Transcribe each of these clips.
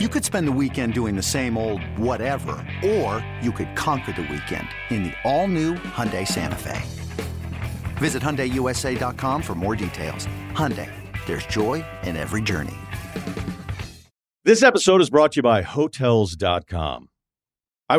You could spend the weekend doing the same old whatever, or you could conquer the weekend in the all-new Hyundai Santa Fe. Visit HyundaiUSA.com for more details. Hyundai, there's joy in every journey. This episode is brought to you by Hotels.com. I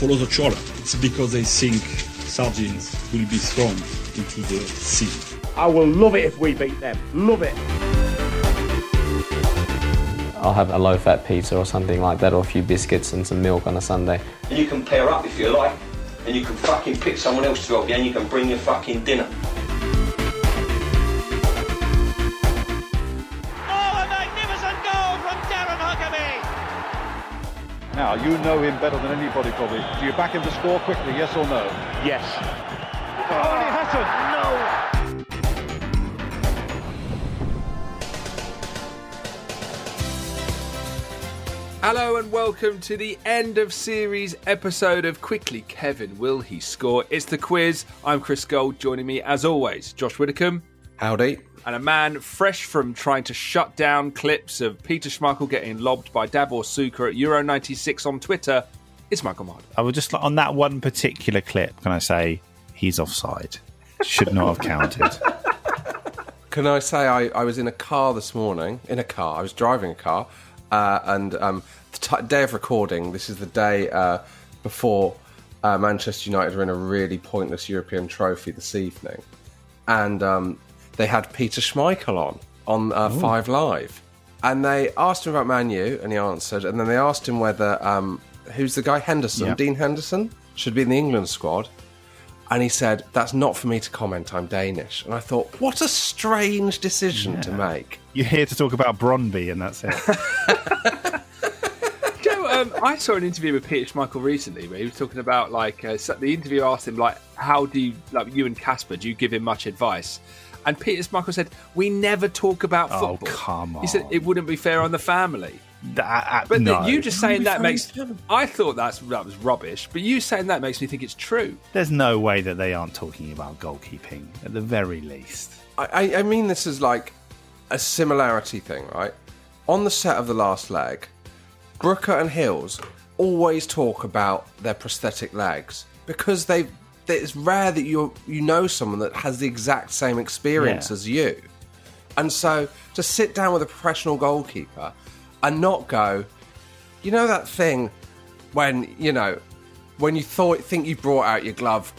follow the trawler, it's because they think sardines will be thrown into the sea. I will love it if we beat them. Love it. I'll have a low fat pizza or something like that, or a few biscuits and some milk on a Sunday. And you can pair up if you like, and you can fucking pick someone else to help you, and you can bring your fucking dinner. Oh, a magnificent goal from Darren Huckabee! Now, you know him better than anybody, probably. Do you back him to score quickly, yes or no? Yes. Only Hassan! Hello and welcome to the end of series episode of Quickly Kevin Will He Score? It's the quiz. I'm Chris Gold. Joining me as always, Josh Widdicombe Howdy. and a man fresh from trying to shut down clips of Peter Schmeichel getting lobbed by Davor Suker at Euro 96 on Twitter. It's Michael Marder. I would just like on that one particular clip. Can I say he's offside? Should not have counted. Can I say I, I was in a car this morning? In a car, I was driving a car, uh, and um, the t- day of recording. This is the day uh, before uh, Manchester United are in a really pointless European Trophy this evening, and um, they had Peter Schmeichel on on uh, Five Live, and they asked him about Manu, and he answered, and then they asked him whether um, who's the guy Henderson, Yeah. Dean Henderson, should be in the England squad, and he said, That's not for me to comment, I'm Danish. And I thought, What a strange decision to make. You're here to talk about Bronby, and that's it. Joe, um, I saw an interview with Peter Schmeichel recently where he was talking about like uh, so- the interview asked him like how do you like you and Casper do you give him much advice? And Peter Schmeichel said we never talk about Oh, football. come He said on. it wouldn't be fair on the family. That- uh, But no. then you just saying be that fair makes on the family. I thought that's that was rubbish. But you saying that makes me think it's true. There's no way that they aren't talking about goalkeeping at the very least. I, I, I mean, this is like a similarity thing, right? On the set of The Last Leg, Brooker and Hills always talk about their prosthetic legs because they. It's rare that you you know someone that has the exact same experience Yeah. as you, and so to sit down with a professional goalkeeper and not go, you know that thing when you know when you thought think you brought out your glove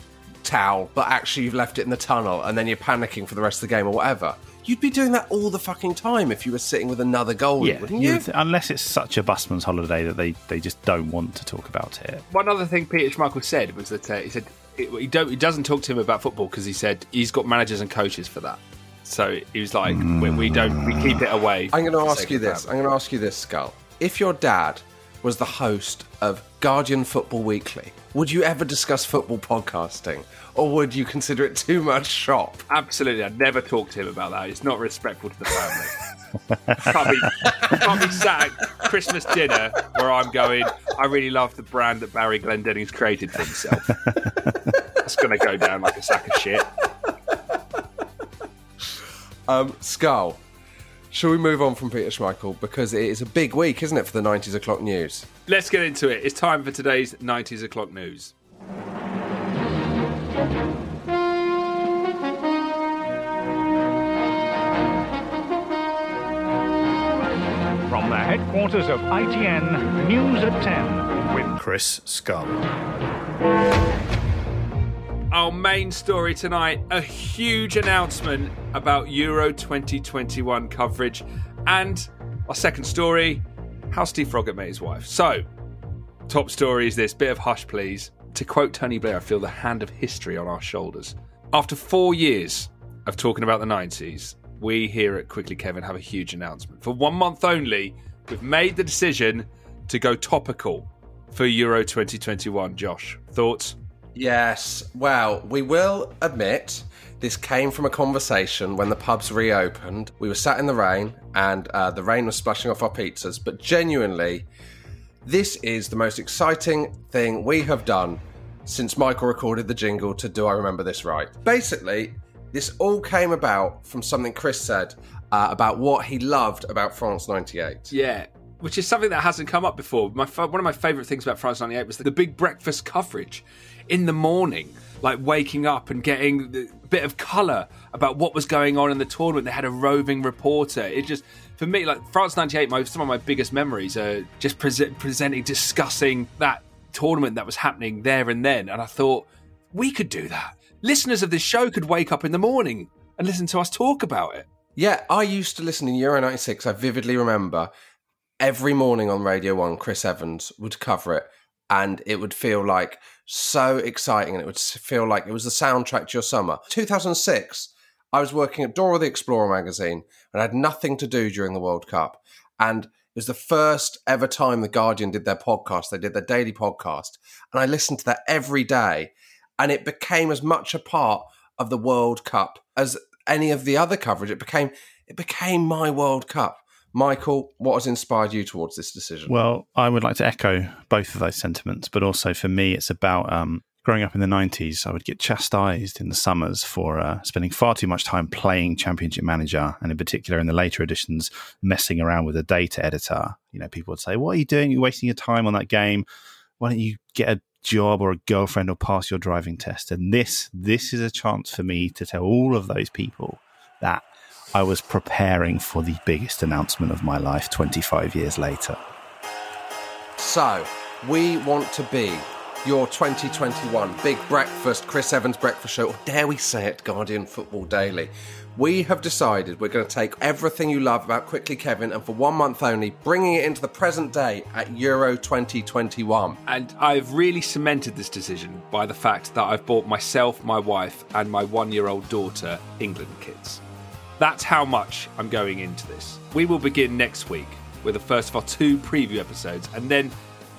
towel but actually you've left it in the tunnel and then you're panicking for the rest of the game or whatever you'd be doing that all the fucking time if you were sitting with another goalie Yeah, wouldn't you you would- unless it's such a busman's holiday that they, they just don't want to talk about it. One other thing Peter Schmeichel said was that uh, he said it, he don't he doesn't talk to him about football because he said he's got managers and coaches for that. So he was like we, we don't we keep it away. i'm going for to the ask sake you of the this family. i'm going to ask you this skull if your dad was the host of guardian football weekly would you ever discuss football podcasting or would you consider it too much shop Absolutely, I'd never talk to him about that. It's not respectful to the family. can't, be, can't be sat at Christmas dinner where I'm going, I really love the brand that Barry Glendenning's created for himself. That's going to go down like a sack of shit. Um, Skull, shall we move on from Peter Schmeichel? Because it is a big week, isn't it, for the 90s o'clock news? Let's get into it. It's time for today's 90s o'clock news. From the headquarters of ITN, news at 10 with Chris Scull. Our main story tonight a huge announcement about Euro 2021 coverage, and our second story how Steve Froggatt met his wife. So, top story is this bit of hush, please. To quote Tony Blair, I feel the hand of history on our shoulders. After four years of talking about the 90s, we here at Quickly Kevin have a huge announcement. For one month only, we've made the decision to go topical for Euro 2021. Josh, thoughts? Yes. Well, we will admit this came from a conversation when the pubs reopened. We were sat in the rain and uh, the rain was splashing off our pizzas, but genuinely, this is the most exciting thing we have done since Michael recorded the jingle to Do I Remember This Right? Basically, this all came about from something Chris said uh, about what he loved about France 98. Yeah, which is something that hasn't come up before. My fa- one of my favourite things about France '98 was the big breakfast coverage in the morning, like waking up and getting the bit of colour about what was going on in the tournament. They had a roving reporter. It just for me, like France '98, my, some of my biggest memories are just prese- presenting, discussing that tournament that was happening there and then. And I thought we could do that. Listeners of this show could wake up in the morning and listen to us talk about it. Yeah, I used to listen in Euro 96. I vividly remember every morning on Radio 1, Chris Evans would cover it, and it would feel like so exciting, and it would s- feel like it was the soundtrack to your summer. 2006, I was working at Dora the Explorer magazine, and I had nothing to do during the World Cup. And it was the first ever time The Guardian did their podcast. They did their daily podcast, and I listened to that every day, and it became as much a part of the World Cup as any of the other coverage. It became it became my World Cup. Michael, what has inspired you towards this decision? Well, I would like to echo both of those sentiments, but also for me, it's about um, growing up in the 90s. I would get chastised in the summers for uh, spending far too much time playing Championship Manager, and in particular in the later editions, messing around with the data editor. You know, people would say, What are you doing? You're wasting your time on that game. Why don't you get a job or a girlfriend or pass your driving test? And this, this is a chance for me to tell all of those people that I was preparing for the biggest announcement of my life 25 years later. So, we want to be your 2021 Big Breakfast, Chris Evans Breakfast Show, or dare we say it, Guardian Football Daily. We have decided we're going to take everything you love about Quickly Kevin and for one month only, bringing it into the present day at Euro 2021. And I've really cemented this decision by the fact that I've bought myself, my wife, and my one year old daughter England kits. That's how much I'm going into this. We will begin next week with the first of our two preview episodes. And then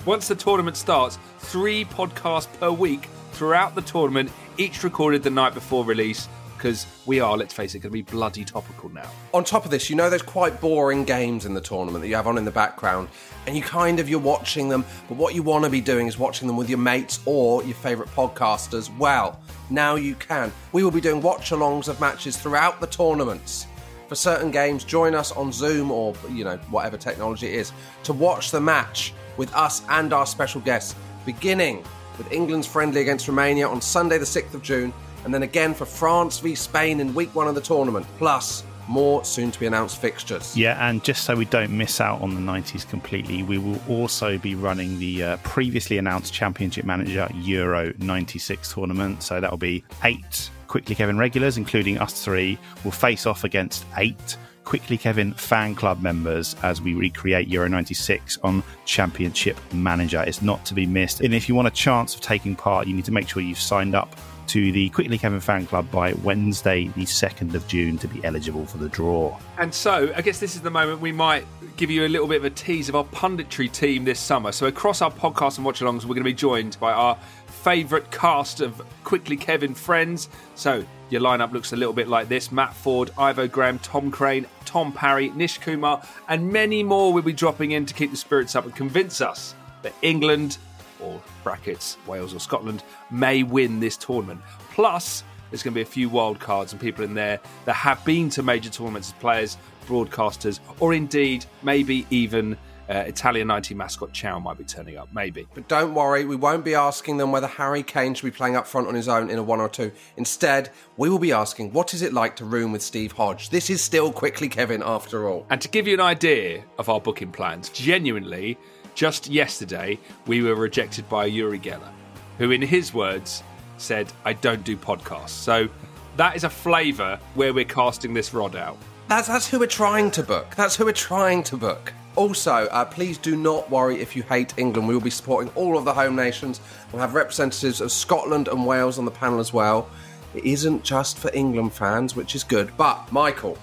once the tournament starts, three podcasts per week throughout the tournament, each recorded the night before release, because we are, let's face it, going to be bloody topical now. On top of this, you know those quite boring games in the tournament that you have on in the background, and you kind of you're watching them, but what you want to be doing is watching them with your mates or your favourite podcasters. Well, now you can. We will be doing watch-alongs of matches throughout the tournaments. For certain games, join us on Zoom or you know whatever technology it is to watch the match with us and our special guests, beginning with England's friendly against Romania on Sunday, the 6th of June, and then again for France v Spain in week one of the tournament, plus more soon to be announced fixtures. Yeah, and just so we don't miss out on the 90s completely, we will also be running the uh, previously announced Championship Manager Euro 96 tournament. So that'll be eight Quickly Kevin regulars, including us three, will face off against eight Quickly Kevin fan club members as we recreate Euro 96 on Championship Manager. It's not to be missed. And if you want a chance of taking part, you need to make sure you've signed up to the Quickly Kevin fan club by Wednesday, the 2nd of June, to be eligible for the draw. And so, I guess this is the moment we might give you a little bit of a tease of our punditry team this summer. So, across our podcast and watch alongs, we're going to be joined by our favourite cast of Quickly Kevin friends. So, your lineup looks a little bit like this Matt Ford, Ivo Graham, Tom Crane, Tom Parry, Nish Kumar, and many more will be dropping in to keep the spirits up and convince us that England, or brackets, Wales or Scotland, may win this tournament. Plus, there's going to be a few wild cards and people in there that have been to major tournaments as players, broadcasters, or indeed maybe even uh, Italian 90 mascot Chow might be turning up. Maybe. But don't worry, we won't be asking them whether Harry Kane should be playing up front on his own in a one or two. Instead, we will be asking what is it like to room with Steve Hodge? This is still Quickly Kevin after all. And to give you an idea of our booking plans, genuinely, just yesterday we were rejected by a Uri Geller. who, in his words, said, I don't do podcasts. So that is a flavour where we're casting this rod out. That's, that's who we're trying to book. That's who we're trying to book. Also, uh, please do not worry if you hate England. We will be supporting all of the home nations. We'll have representatives of Scotland and Wales on the panel as well. It isn't just for England fans, which is good. But, Michael,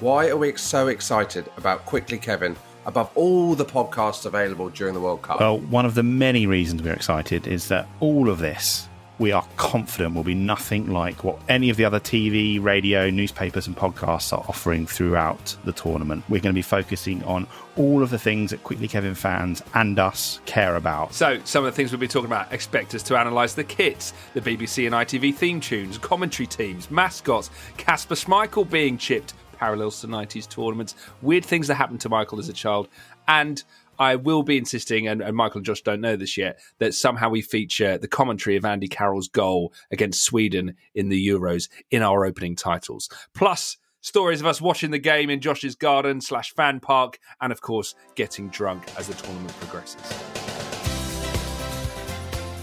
why are we so excited about Quickly Kevin above all the podcasts available during the World Cup? Well, one of the many reasons we're excited is that all of this we are confident will be nothing like what any of the other TV, radio, newspapers, and podcasts are offering throughout the tournament. We're going to be focusing on all of the things that Quickly Kevin fans and us care about. So, some of the things we'll be talking about expect us to analyse the kits, the BBC and ITV theme tunes, commentary teams, mascots, Casper Schmeichel being chipped, parallels to 90s tournaments, weird things that happened to Michael as a child, and I will be insisting, and, and, Michael and Josh don't know this yet, that somehow we feature the commentary of Andy Carroll's goal against Sweden in the Euros in our opening titles. Plus, stories of us watching the game in Josh's garden slash fan park, and of course, getting drunk as the tournament progresses.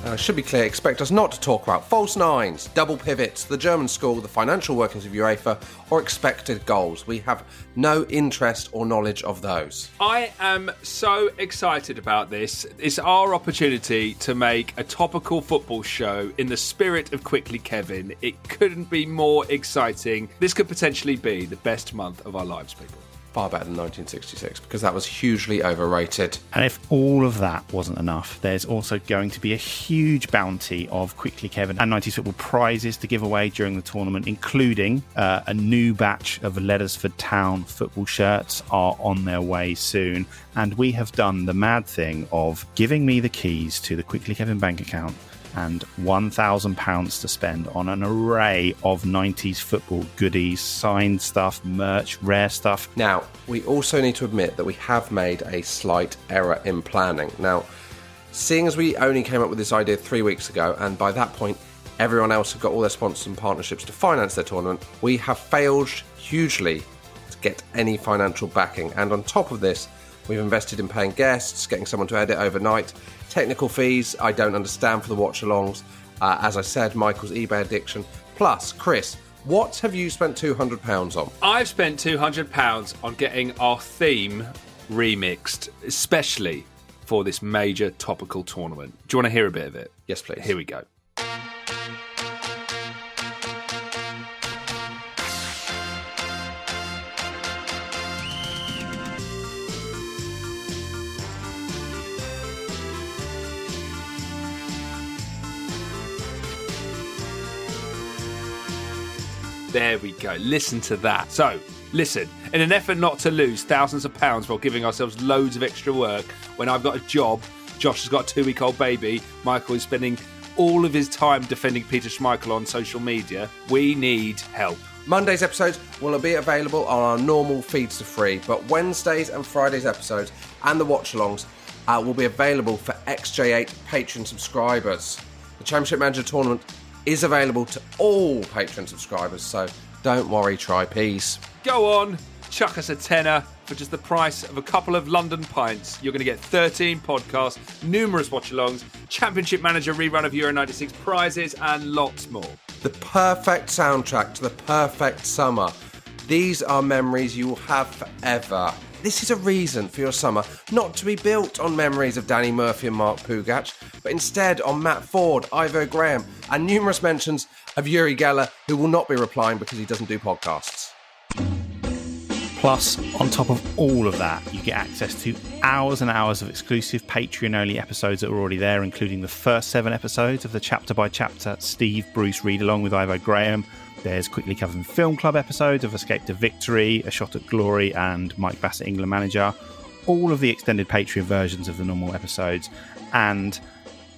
Uh, should be clear, expect us not to talk about false nines, double pivots, the German school, the financial workings of UEFA, or expected goals. We have no interest or knowledge of those. I am so excited about this. It's our opportunity to make a topical football show in the spirit of Quickly Kevin. It couldn't be more exciting. This could potentially be the best month of our lives, people far better than 1966 because that was hugely overrated. And if all of that wasn't enough, there's also going to be a huge bounty of Quickly Kevin and 90s Football prizes to give away during the tournament, including uh, a new batch of Leadersford Town football shirts are on their way soon. And we have done the mad thing of giving me the keys to the Quickly Kevin bank account and £1,000 to spend on an array of 90s football goodies, signed stuff, merch, rare stuff. Now, we also need to admit that we have made a slight error in planning. Now, seeing as we only came up with this idea three weeks ago, and by that point, everyone else had got all their sponsors and partnerships to finance their tournament, we have failed hugely to get any financial backing. And on top of this, We've invested in paying guests, getting someone to edit overnight, technical fees I don't understand for the watch alongs, uh, as I said, Michael's eBay addiction. Plus, Chris, what have you spent £200 on? I've spent £200 on getting our theme remixed, especially for this major topical tournament. Do you want to hear a bit of it? Yes, please. Here we go. There we go. Listen to that. So, listen, in an effort not to lose thousands of pounds while giving ourselves loads of extra work, when I've got a job, Josh has got a two week old baby, Michael is spending all of his time defending Peter Schmeichel on social media, we need help. Monday's episodes will be available on our normal feeds for free, but Wednesdays and Fridays episodes and the watch alongs uh, will be available for XJ8 patron subscribers. The Championship Manager Tournament is available to all Patreon subscribers, so don't worry, try peace. Go on, chuck us a tenner for just the price of a couple of London pints. You're going to get 13 podcasts, numerous watch alongs, Championship Manager rerun of Euro 96 prizes, and lots more. The perfect soundtrack to the perfect summer. These are memories you will have forever. This is a reason for your summer not to be built on memories of Danny Murphy and Mark Pugach, but instead on Matt Ford, Ivo Graham, and numerous mentions of Yuri Geller, who will not be replying because he doesn't do podcasts. Plus, on top of all of that, you get access to hours and hours of exclusive Patreon only episodes that are already there, including the first seven episodes of the chapter by chapter Steve Bruce read along with Ivo Graham. There's Quickly Covered Film Club episodes of Escape to Victory, A Shot at Glory, and Mike Bassett, England Manager. All of the extended Patreon versions of the normal episodes. And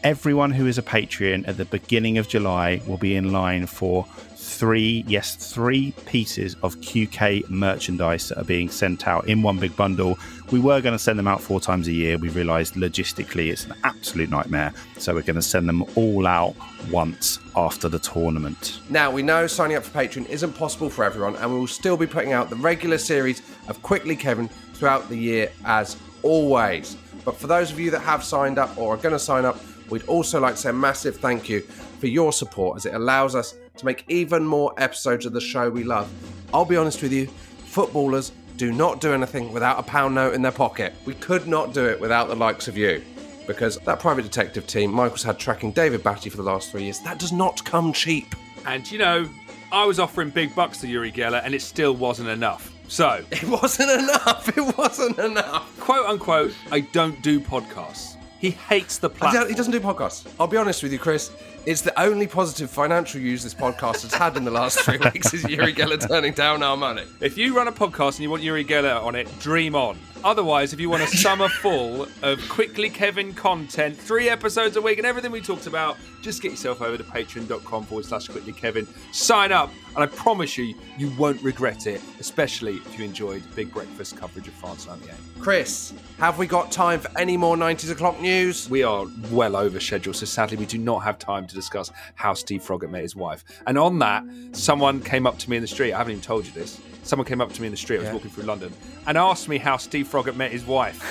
everyone who is a Patreon at the beginning of July will be in line for three, yes, three pieces of QK merchandise that are being sent out in one big bundle. We were going to send them out four times a year. We realized logistically it's an absolute nightmare. So we're going to send them all out once after the tournament. Now, we know signing up for Patreon isn't possible for everyone, and we will still be putting out the regular series of Quickly Kevin throughout the year as always. But for those of you that have signed up or are going to sign up, We'd also like to say a massive thank you for your support as it allows us to make even more episodes of the show we love. I'll be honest with you, footballers do not do anything without a pound note in their pocket. We could not do it without the likes of you. Because that private detective team Michael's had tracking David Batty for the last three years, that does not come cheap. And you know, I was offering big bucks to Yuri Geller, and it still wasn't enough. So it wasn't enough. It wasn't enough. Quote unquote, I don't do podcasts. He hates the I platform. don't- He doesn't do podcasts. I'll be honest with you, Chris. It's the only positive financial use this podcast has had in the last three weeks is Yuri Geller turning down our money. If you run a podcast and you want Yuri Geller on it, dream on. Otherwise, if you want a summer full of quickly Kevin content, three episodes a week, and everything we talked about, just get yourself over to patreon.com forward slash quickly Kevin. Sign up, and I promise you, you won't regret it, especially if you enjoyed Big Breakfast coverage of France 98. Chris, have we got time for any more 90s o'clock news? We are well over schedule, so sadly, we do not have time to discuss how Steve Froggatt met his wife. And on that, someone came up to me in the street. I haven't even told you this. Someone came up to me in the street. I was Yeah. walking through London and asked me how Steve Froggatt met his wife.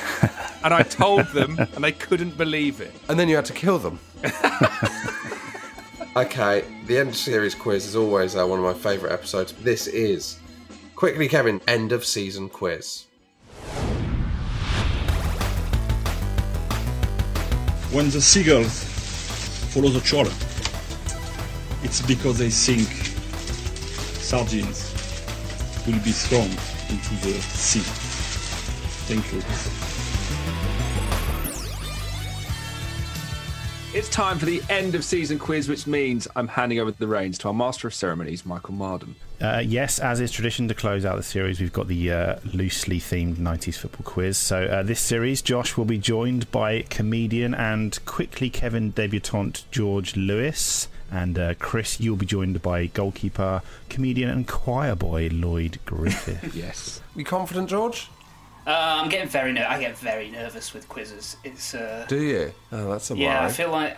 and I told them, and they couldn't believe it. And then you had to kill them. okay, the end of series quiz is always uh, one of my favourite episodes. This is quickly, Kevin, end of season quiz. When the seagulls follow the trawler, it's because they think sardines will be thrown into the sea. Thank you. It's time for the end of season quiz, which means I'm handing over the reins to our master of ceremonies, Michael Marden. Uh, yes, as is tradition to close out the series, we've got the uh, loosely themed 90s football quiz. So, uh, this series, Josh will be joined by comedian and quickly Kevin debutante George Lewis. And uh, Chris, you'll be joined by goalkeeper, comedian, and choir boy Lloyd Griffith. yes. You confident, George? Uh, I'm getting very ner- I get very nervous with quizzes. It's uh, Do you? Oh, that's a yeah. lie. I feel like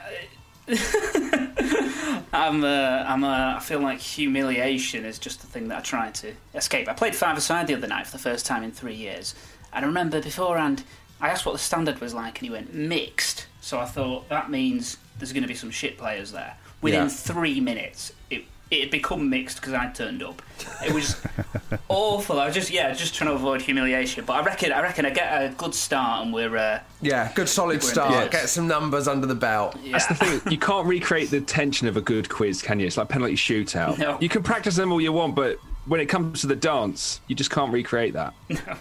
I'm. Uh, I'm. Uh, I feel like humiliation is just the thing that I try to escape. I played five aside the other night for the first time in three years, and I remember beforehand I asked what the standard was like, and he went mixed. So I thought that means there's going to be some shit players there. Within Yeah. three minutes, it it had become mixed because I turned up. It was awful. I was just yeah, just trying to avoid humiliation. But I reckon I reckon I get a good start, and we're. Uh, yeah, good solid We're in start. business. Get some numbers under the belt. That's the thing. You can't recreate the tension of a good quiz, can you? It's like penalty shootout. No. You can practice them all you want, but when it comes to the dance, you just can't recreate that.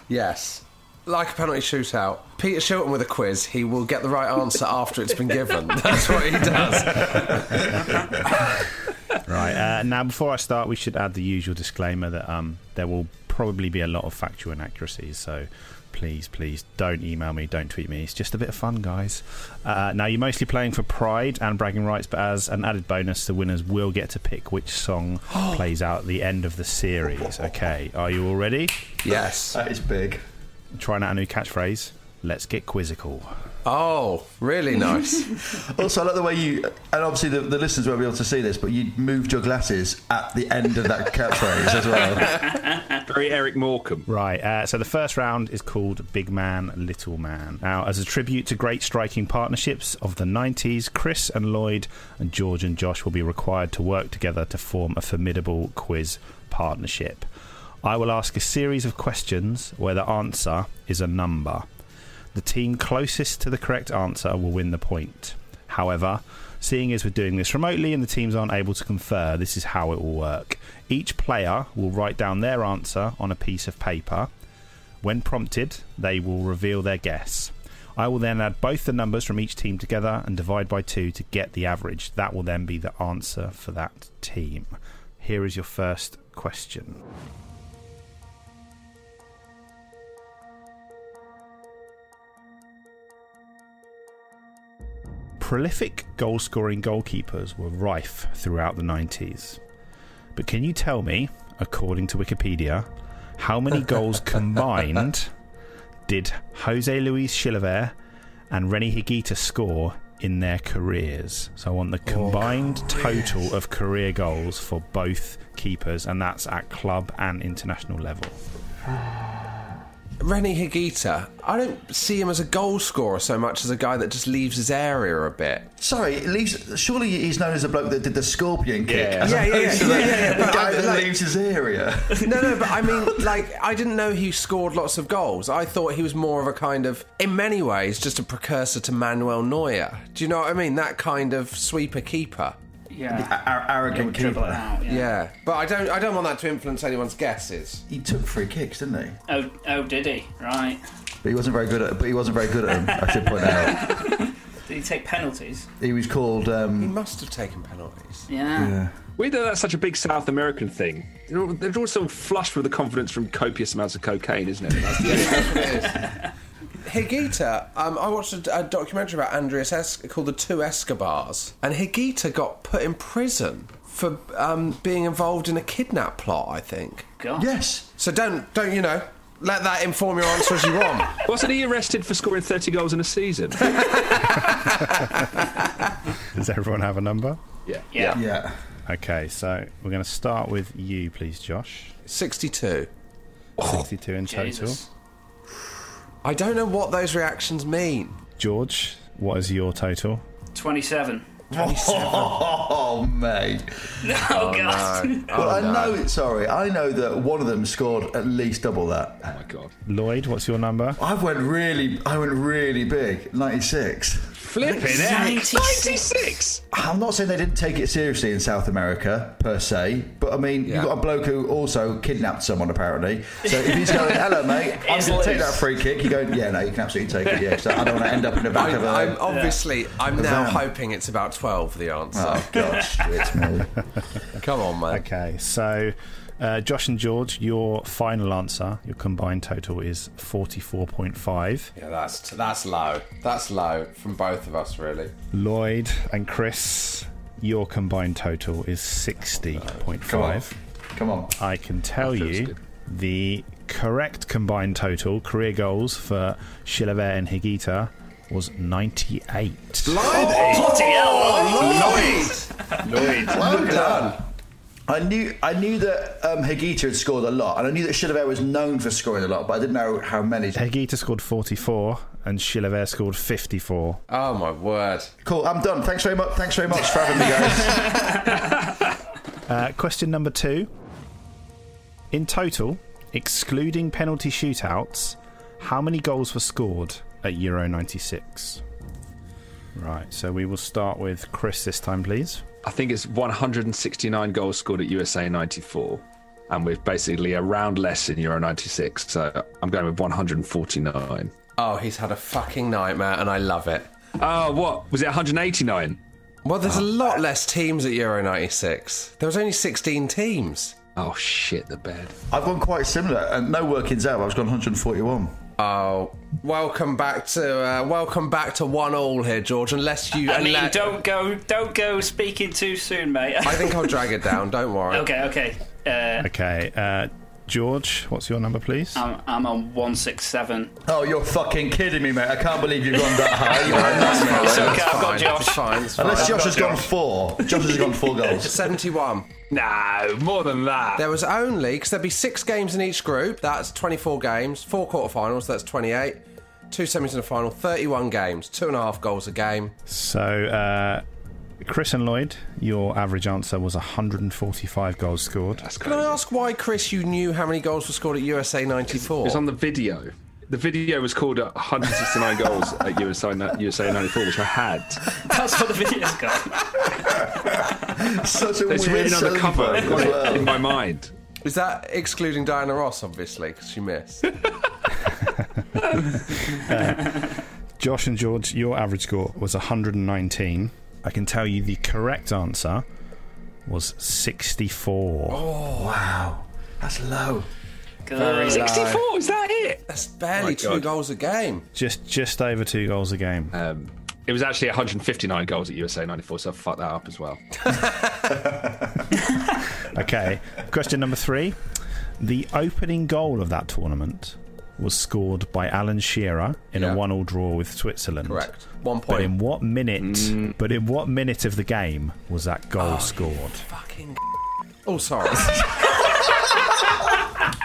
Yes. Like a penalty shootout. Peter Shilton with a quiz, he will get the right answer after it's been given. That's what he does. right. Uh, now, before I start, we should add the usual disclaimer that um, there will probably be a lot of factual inaccuracies. So please, please don't email me, don't tweet me. It's just a bit of fun, guys. Uh, now, you're mostly playing for pride and bragging rights, but as an added bonus, the winners will get to pick which song plays out at the end of the series. Okay. Are you all ready? Yes. That is big. Trying out a new catchphrase. Let's get quizzical. Oh, really nice. also, I like the way you, and obviously the, the listeners won't be able to see this, but you moved your glasses at the end of that catchphrase as well. Very Eric Morecambe. Right, uh, so the first round is called Big Man, Little Man. Now, as a tribute to great striking partnerships of the 90s, Chris and Lloyd and George and Josh will be required to work together to form a formidable quiz partnership. I will ask a series of questions where the answer is a number. The team closest to the correct answer will win the point. However, seeing as we're doing this remotely and the teams aren't able to confer, this is how it will work. Each player will write down their answer on a piece of paper. When prompted, they will reveal their guess. I will then add both the numbers from each team together and divide by two to get the average. That will then be the answer for that team. Here is your first question. Prolific goal scoring goalkeepers were rife throughout the 90s. But can you tell me, according to Wikipedia, how many goals combined did Jose Luis Chilavert and Renny Higuita score in their careers? So I want the combined total of career goals for both keepers, and that's at club and international level. Rennie Higuita, I don't see him as a goal scorer so much as a guy that just leaves his area a bit. Sorry, leaves. Surely he's known as the bloke that did the scorpion kick. Yeah. as Yeah, yeah, opposed to yeah, the- yeah, yeah, The but guy I- that like- leaves his area. no, no, but I mean, like, I didn't know he scored lots of goals. I thought he was more of a kind of, in many ways, just a precursor to Manuel Neuer. Do you know what I mean? That kind of sweeper keeper. Yeah. arrogant Yeah, dribble it keeper. out, yeah. but I don't. I don't want that to influence anyone's guesses. He took free kicks, didn't he? Oh, oh, did he? Right. But he wasn't very good at. But he wasn't very good at him. I should point out. Did he take penalties? He was called. Um, he must have taken penalties. Yeah. Weird that that's such a big South American thing. They're all, they're all sort of flushed with the confidence from copious amounts of cocaine, isn't it? That's the Higuita, um, I watched a, a documentary about Andreas es- called "The Two Escobars," and Higuita got put in prison for um, being involved in a kidnap plot. I think. God. Yes. So don't don't you know? Let that inform your answer as you want. Wasn't he arrested for scoring 30 goals in a season? Does everyone have a number? Yeah. Yeah. Yeah. Okay, so we're going to start with you, please, Josh. 62. 62 in Jesus. I don't know what those reactions mean. total. George, what is your total? 27. Oh, mate. No, Oh, Oh, God. well, I Oh, know. Sorry, I know that one of them scored at least double that. Oh my god. Lloyd, what's your number? I went really. I went really big. Ninety-six. Flipping heck. 96! I'm not saying they didn't take it seriously in South America per se, but I mean, you've got a bloke who also kidnapped someone apparently. So if he's going, hello, mate, I'm It's going to take loose. that free kick, you go, yeah, no, you can absolutely take it, yeah, because I don't want to end up in the back I'm, of a. I'm obviously. I'm a now van. hoping it's about twelve. The answer. Oh, gosh, it's me. Come on, man. Okay, so uh, Josh and George, your final answer, your combined total is 44.5. Yeah, that's t- that's low. That's low from both of us, really. Lloyd and Chris, your combined total is 60.5. Come on. Come on. I can tell you the correct combined total career goals for Chilavert and Higuita was 98. Lloyd. Well done. I knew I knew that um, Higuita had scored a lot, and I knew that Chilavert was known for scoring a lot, but I didn't know how many. Higuita scored 44 and Chilavert scored 54. Oh my word! Cool, I'm done. Thanks very much. Thanks very much for having me, guys. Uh, question number two. In total, excluding penalty shootouts, how many goals were scored at Euro 96? Right, so we will start with Chris this time, please. I think it's 169 goals scored at USA 94. And we're basically a round less in Euro 96. So I'm going with 149. Oh, he's had a fucking nightmare, and I love it. Oh, what? Was it 189? Well, there's a lot less teams at Euro '96. There was only 16 teams. Oh shit, the bed. I've gone quite similar, and no workings out. but I've gone 141. Oh, welcome back to uh, welcome back to one all here, George. Unless you, I mean, unless- don't go, don't go speaking too soon, mate. I think I'll drag it down. Don't worry. okay, okay. Uh, Okay, uh, George, what's your number, please? I'm, I'm on one six seven. Oh, you're fucking kidding me, mate. I can't believe you've gone that high. You're a That's nightmare. fine. That's It's okay, I've got fine. Josh. That's fine. It's Unless fine. Josh I've has got gone four. Josh has gone four goals. 71. No, more than that. There was only because there'd be six games in each group. That's 24 games. Four quarterfinals. That's 28. Two semis and a final. 31 games. Two and a half goals a game. So, uh, Chris and Lloyd, your average answer was 145 goals scored. Can I ask why, Chris, you knew how many goals were scored at USA It 94? was on the video. The video was called uh, 169 goals at USA, ni- USA 94, which I had. That's what the video's got. Such a It's weird written on the selling cover point I've as got it well. in my mind. Is that excluding Diana Ross, obviously, because she missed? Josh and George, your average score was 119. I can tell you the correct answer was 64. Wow, that's low. Good. 64, is that it? That's barely My two God. goals a game. Just just over two goals a game. Um, it was actually 159 goals at USA 94, so I fucked that up as well. Okay. Question number three. The opening goal of that tournament was scored by Alan Shearer in Yeah. a one-all draw with Switzerland. Correct. One But point. in what minute? But in what minute of the game was Oh. that goal scored? Fucking. Oh, sorry.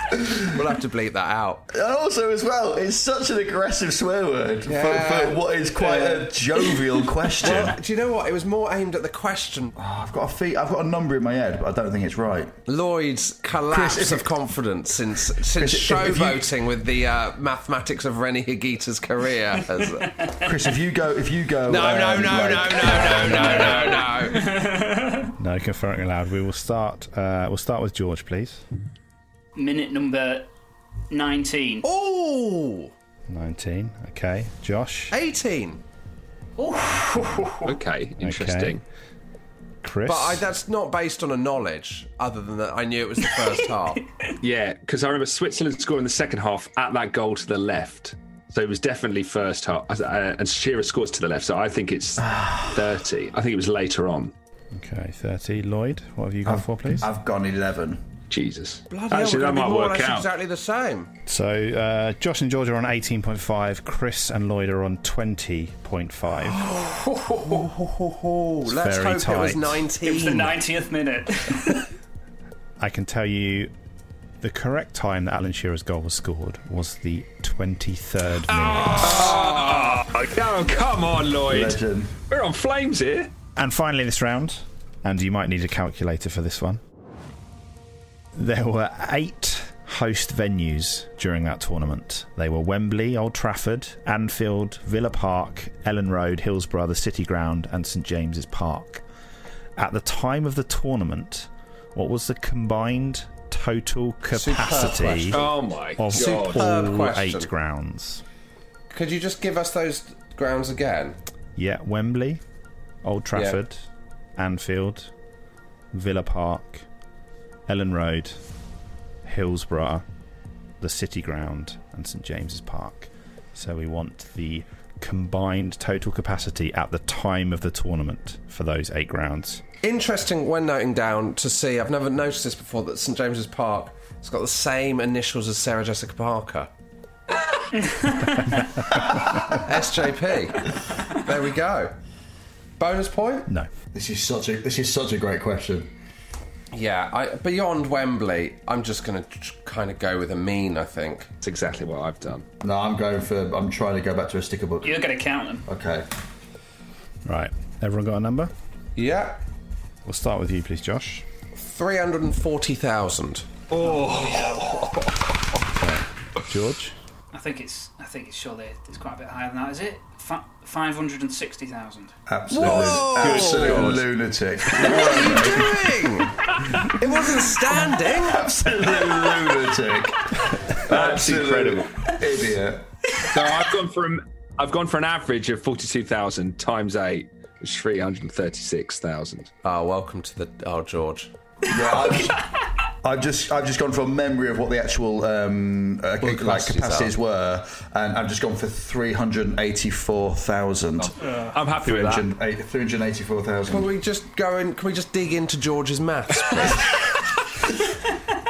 We'll have to bleep that out. And also, as well, it's such an aggressive swear word for- for, what is quite a jovial question. Ah, Well, do you know what? It was more aimed at the question. I've got a fee- I've got a number in my head, but I don't think it's right. Lloyd's collapse Chris, if- of confidence since Chris, since if- if you- showboating with the uh, mathematics of Rennie Higita's career. Has, no, Chris, if you go, if you go, no, um, no, no, no, like- no, no, no, no. No, conferring aloud. We will start. Uh, we'll start with George, please. Minute number 19. Oh! Nineteen. Okay, Josh. 18. okay, interesting. Chris. But I, that's not based on a knowledge, other than that I knew it was the first half. Yeah, because I remember Switzerland scoring the second half at that goal to the left. So it was definitely first half. Uh, and Shearer scores to the left. So I think it's 30. I think it was later on. Okay, thirty. Lloyd, what have you gone for, please? I've gone eleven. Jesus. Bloody Actually, hell, we're gonna that be might more or work less out. exactly the same. So uh, Josh and George are on eighteen point five. Chris and Lloyd are on twenty point five. Ho, ho, ho, ho, ho, ho. It's Let's very hope it was tight. 19. It was the 90th minute. I can tell you, the correct time that Alan Shearer's goal was scored was the twenty third minute. Oh, oh, come on, Lloyd. Legend. We're on flames here. And finally, this round, and you might need a calculator for this one. There were eight host venues during that tournament. They were Wembley, Old Trafford, Anfield, Villa Park, Ellen Road, Hillsborough, the City Ground, and St James's Park. At the time of the tournament, what was the combined total capacity question. Oh, my of God. Superb all question. eight grounds? Could you just give us those grounds again? Yeah, Wembley, Old Trafford, Anfield, Villa Park, Ellen Road, Hillsborough, the City Ground, and St James's Park. So we want the combined total capacity at the time of the tournament for those eight grounds. Interesting when noting down to see, I've never noticed this before, that St James's Park has got the same initials as Sarah Jessica Parker. SJP. There we go. Bonus point? No. This is such a this is such a great question. Yeah, I, beyond Wembley, I'm just going to kind of go with a mean, I think. That's exactly what I've done. No, I'm going for. I'm trying to go back to a sticker book. You're going to count them. Okay. Right. Everyone got a number? Yeah, We'll start with you, please, Josh. 340,000. George? I think it's I think it's surely it's quite a bit higher than that, is it? Fi 560,000. Absolute, Whoa! absolute lunatic. Doing! it wasn't standing. absolute lunatic. That's Absolute incredible. Idiot. So I've gone from I've gone for an average of forty-two thousand times eight, which is three hundred thirty-six thousand. Oh, welcome to the. Oh, George. Yeah, I've, I've just I've just gone from memory of what the actual um, uh, like capacities capacities are. were, and I've just gone for three hundred eighty-four thousand. I'm happy with Uh, that. 384,000. Can we just go in? Can we just dig into George's maths, please?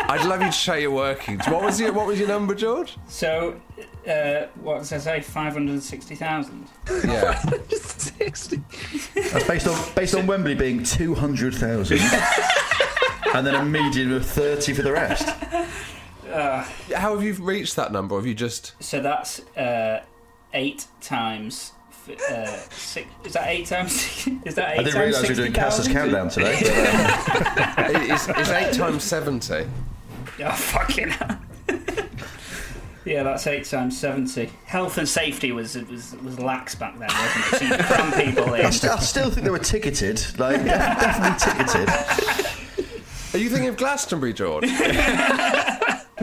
I'd love you to show your workings. What was your What was your number, George? So, uh, what does I say? 560,000. Yeah. Sixty. That's based on based on Wembley being two hundred thousand, and then a median of thirty for the rest. How have you reached that number? Have you just? So that's uh, eight times. f- Uh, six, is that eight times? Is that eight I didn't times realise we were doing Caster's 60,000? countdown today. but, uh, Is, is eight times seventy? Oh, fucking hell. Yeah, that's eight times seventy. Health and safety was was was lax back then, wasn't it? So you cram people in. I, st- I still think they were ticketed, like def- definitely ticketed. Are you thinking of Glastonbury, George?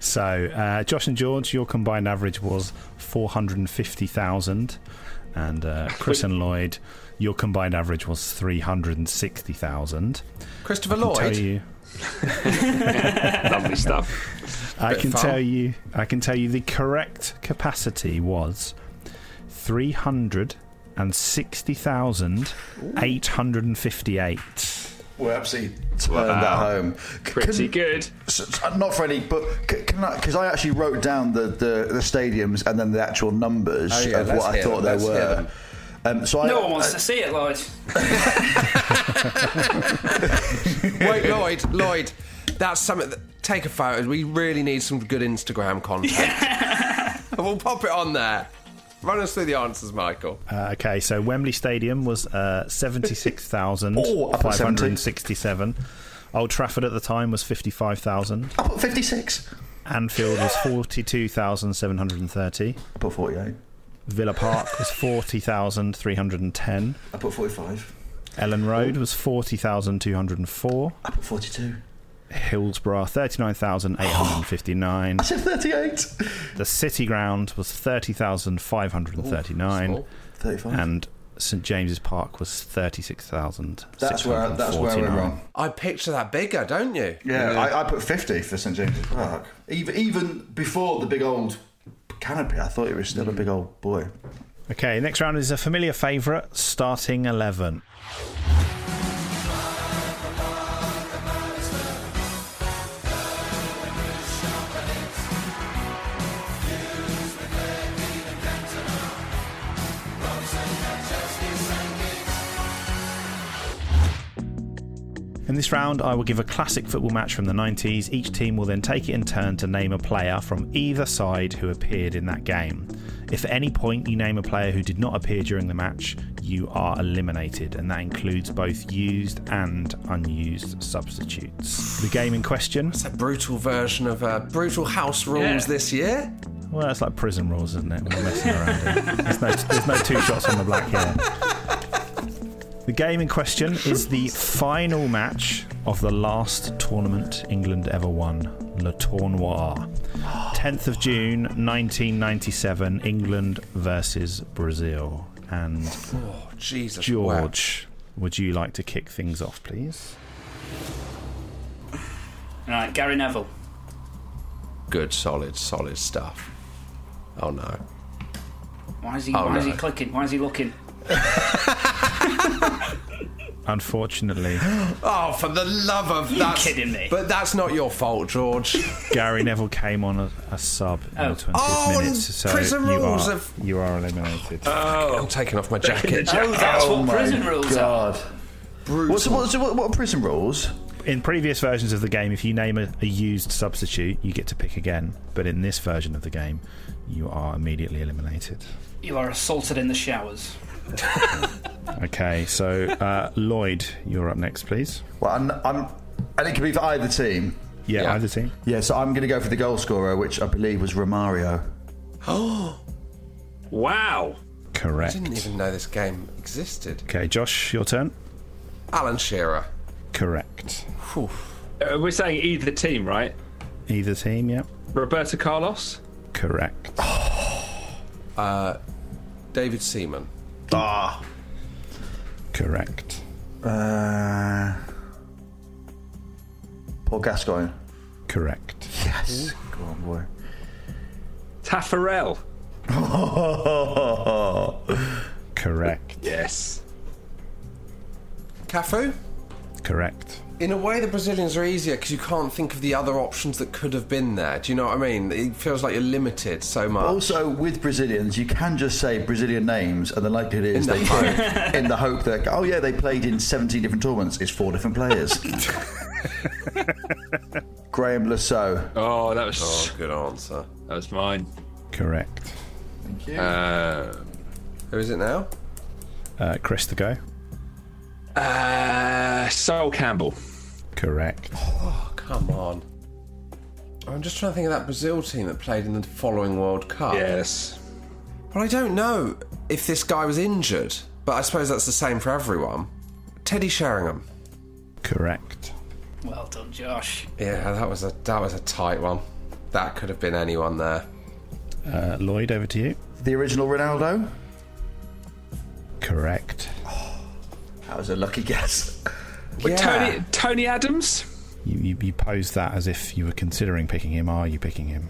So, uh, Josh and George, your combined average was 450,000. And uh, Chris and Lloyd, your combined average was 360,000. Christopher Tell Lloyd. you, Lovely stuff. I Bit can far. tell you, I can tell you the correct capacity was 360,858. We're absolutely turned that home. C- Pretty can- good. s- s- Not for any, but c- can I? Because I actually wrote down the, the, the stadiums and then the actual numbers Oh, yeah, of let's what I hear thought them, let's there hear were. them. Um, so No I, one wants I- to see it, Lloyd. Wait, Lloyd, Lloyd, that's something. That, take a photo. We really need some good Instagram content. we'll pop it on there. Run us through the answers, Michael. Uh, okay, so Wembley Stadium was uh, Oh, up at 76,567. Old Trafford at the time was 55,000. 56. Anfield was 42,730. I put 48. Villa Park was 40,310. I put 45. Ellen Road was 40,204. I put 42. Hillsborough, 39,859. I said 38. The City Ground was 30,539. Ooh, Thirty-five. And St James's Park was 36,000. That's where- that's where we're wrong. I picture that bigger, don't you? Yeah, I, I put 50 for St James's Park. Even, even before the big old canopy, I thought it was still a big old boy. Okay, next round is a familiar favourite, starting 11. In this round, I will give a classic football match from the 90s. Each team will then take it in turn to name a player from either side who appeared in that game. If at any point you name a player who did not appear during the match, you are eliminated, and that includes both used and unused substitutes. The game in question. It's a brutal version of uh, brutal house rules Yeah. this year. Well, that's like prison rules, isn't it? We're messing around here. There's no, there's no two shots on the black here. The game in question is the final match of the last tournament England ever won, Le Tournoi. 10th of June 1997, England versus Brazil. And Oh, Jesus. George, would you like to kick things off, please? Right, Gary Neville. Good, solid, solid stuff. Oh no. Why is he? Oh, why is he no. clicking? Why is he looking? Unfortunately, Oh, for the love of You that's- kidding me? But that's not your fault, George. Gary Neville came on a, a sub in Oh. the 20th Oh, minute, so prison you, rules are, of- you are eliminated. Oh, I'm taking off my jacket. Oh, that's what prison rules are. What's, what's, what, what are prison rules? In previous versions of the game, if you name a, a used substitute, you get to pick again. But in this version of the game, you are immediately eliminated. You are assaulted in the showers. Okay, so uh, Lloyd, you're up next, please. Well, I'm, I'm, and it could be for either team. Yeah, either team. Yeah, so I'm going to go for the goal scorer, which I believe was Romario. Oh, wow. I Correct. didn't even know this game existed. Okay, Josh, your turn. Alan Shearer. Correct. Uh, we're saying either team, right? Either team, yeah. Roberto Carlos. Correct. Uh, David Seaman. Ah. Correct. Uh, Paul Gascoigne. Correct. Yes. Go on, boy. Taffarel. Correct. Yes. Cafu. Correct. In a way, the Brazilians are easier because you can't think of the other options that could have been there. Do you know what I mean? It feels like you're limited so much. Also, with Brazilians, you can just say Brazilian names, and the likelihood is they play in the hope that, oh, yeah, they played in 17 different tournaments. It's four different players. Graham Lasso. Oh, that was. Oh, good answer. That was mine. Correct. Thank you. Um, Who is it now? Uh, Chris, the go. Uh, Sol Campbell. Correct. Oh, come on. I'm just trying to think of that Brazil team that played in the following World Cup. Yes. Well, I don't know if this guy was injured, but I suppose that's the same for everyone. Teddy Sheringham. Correct. Well done, Josh. Yeah, that was a that was a tight one. That could have been anyone there. Uh, Lloyd, over to you. The original Ronaldo? Oh, Correct. That was a lucky guess. Wait, Tony Tony Adams. You, you, you posed that as if you were considering picking him. Are you picking him?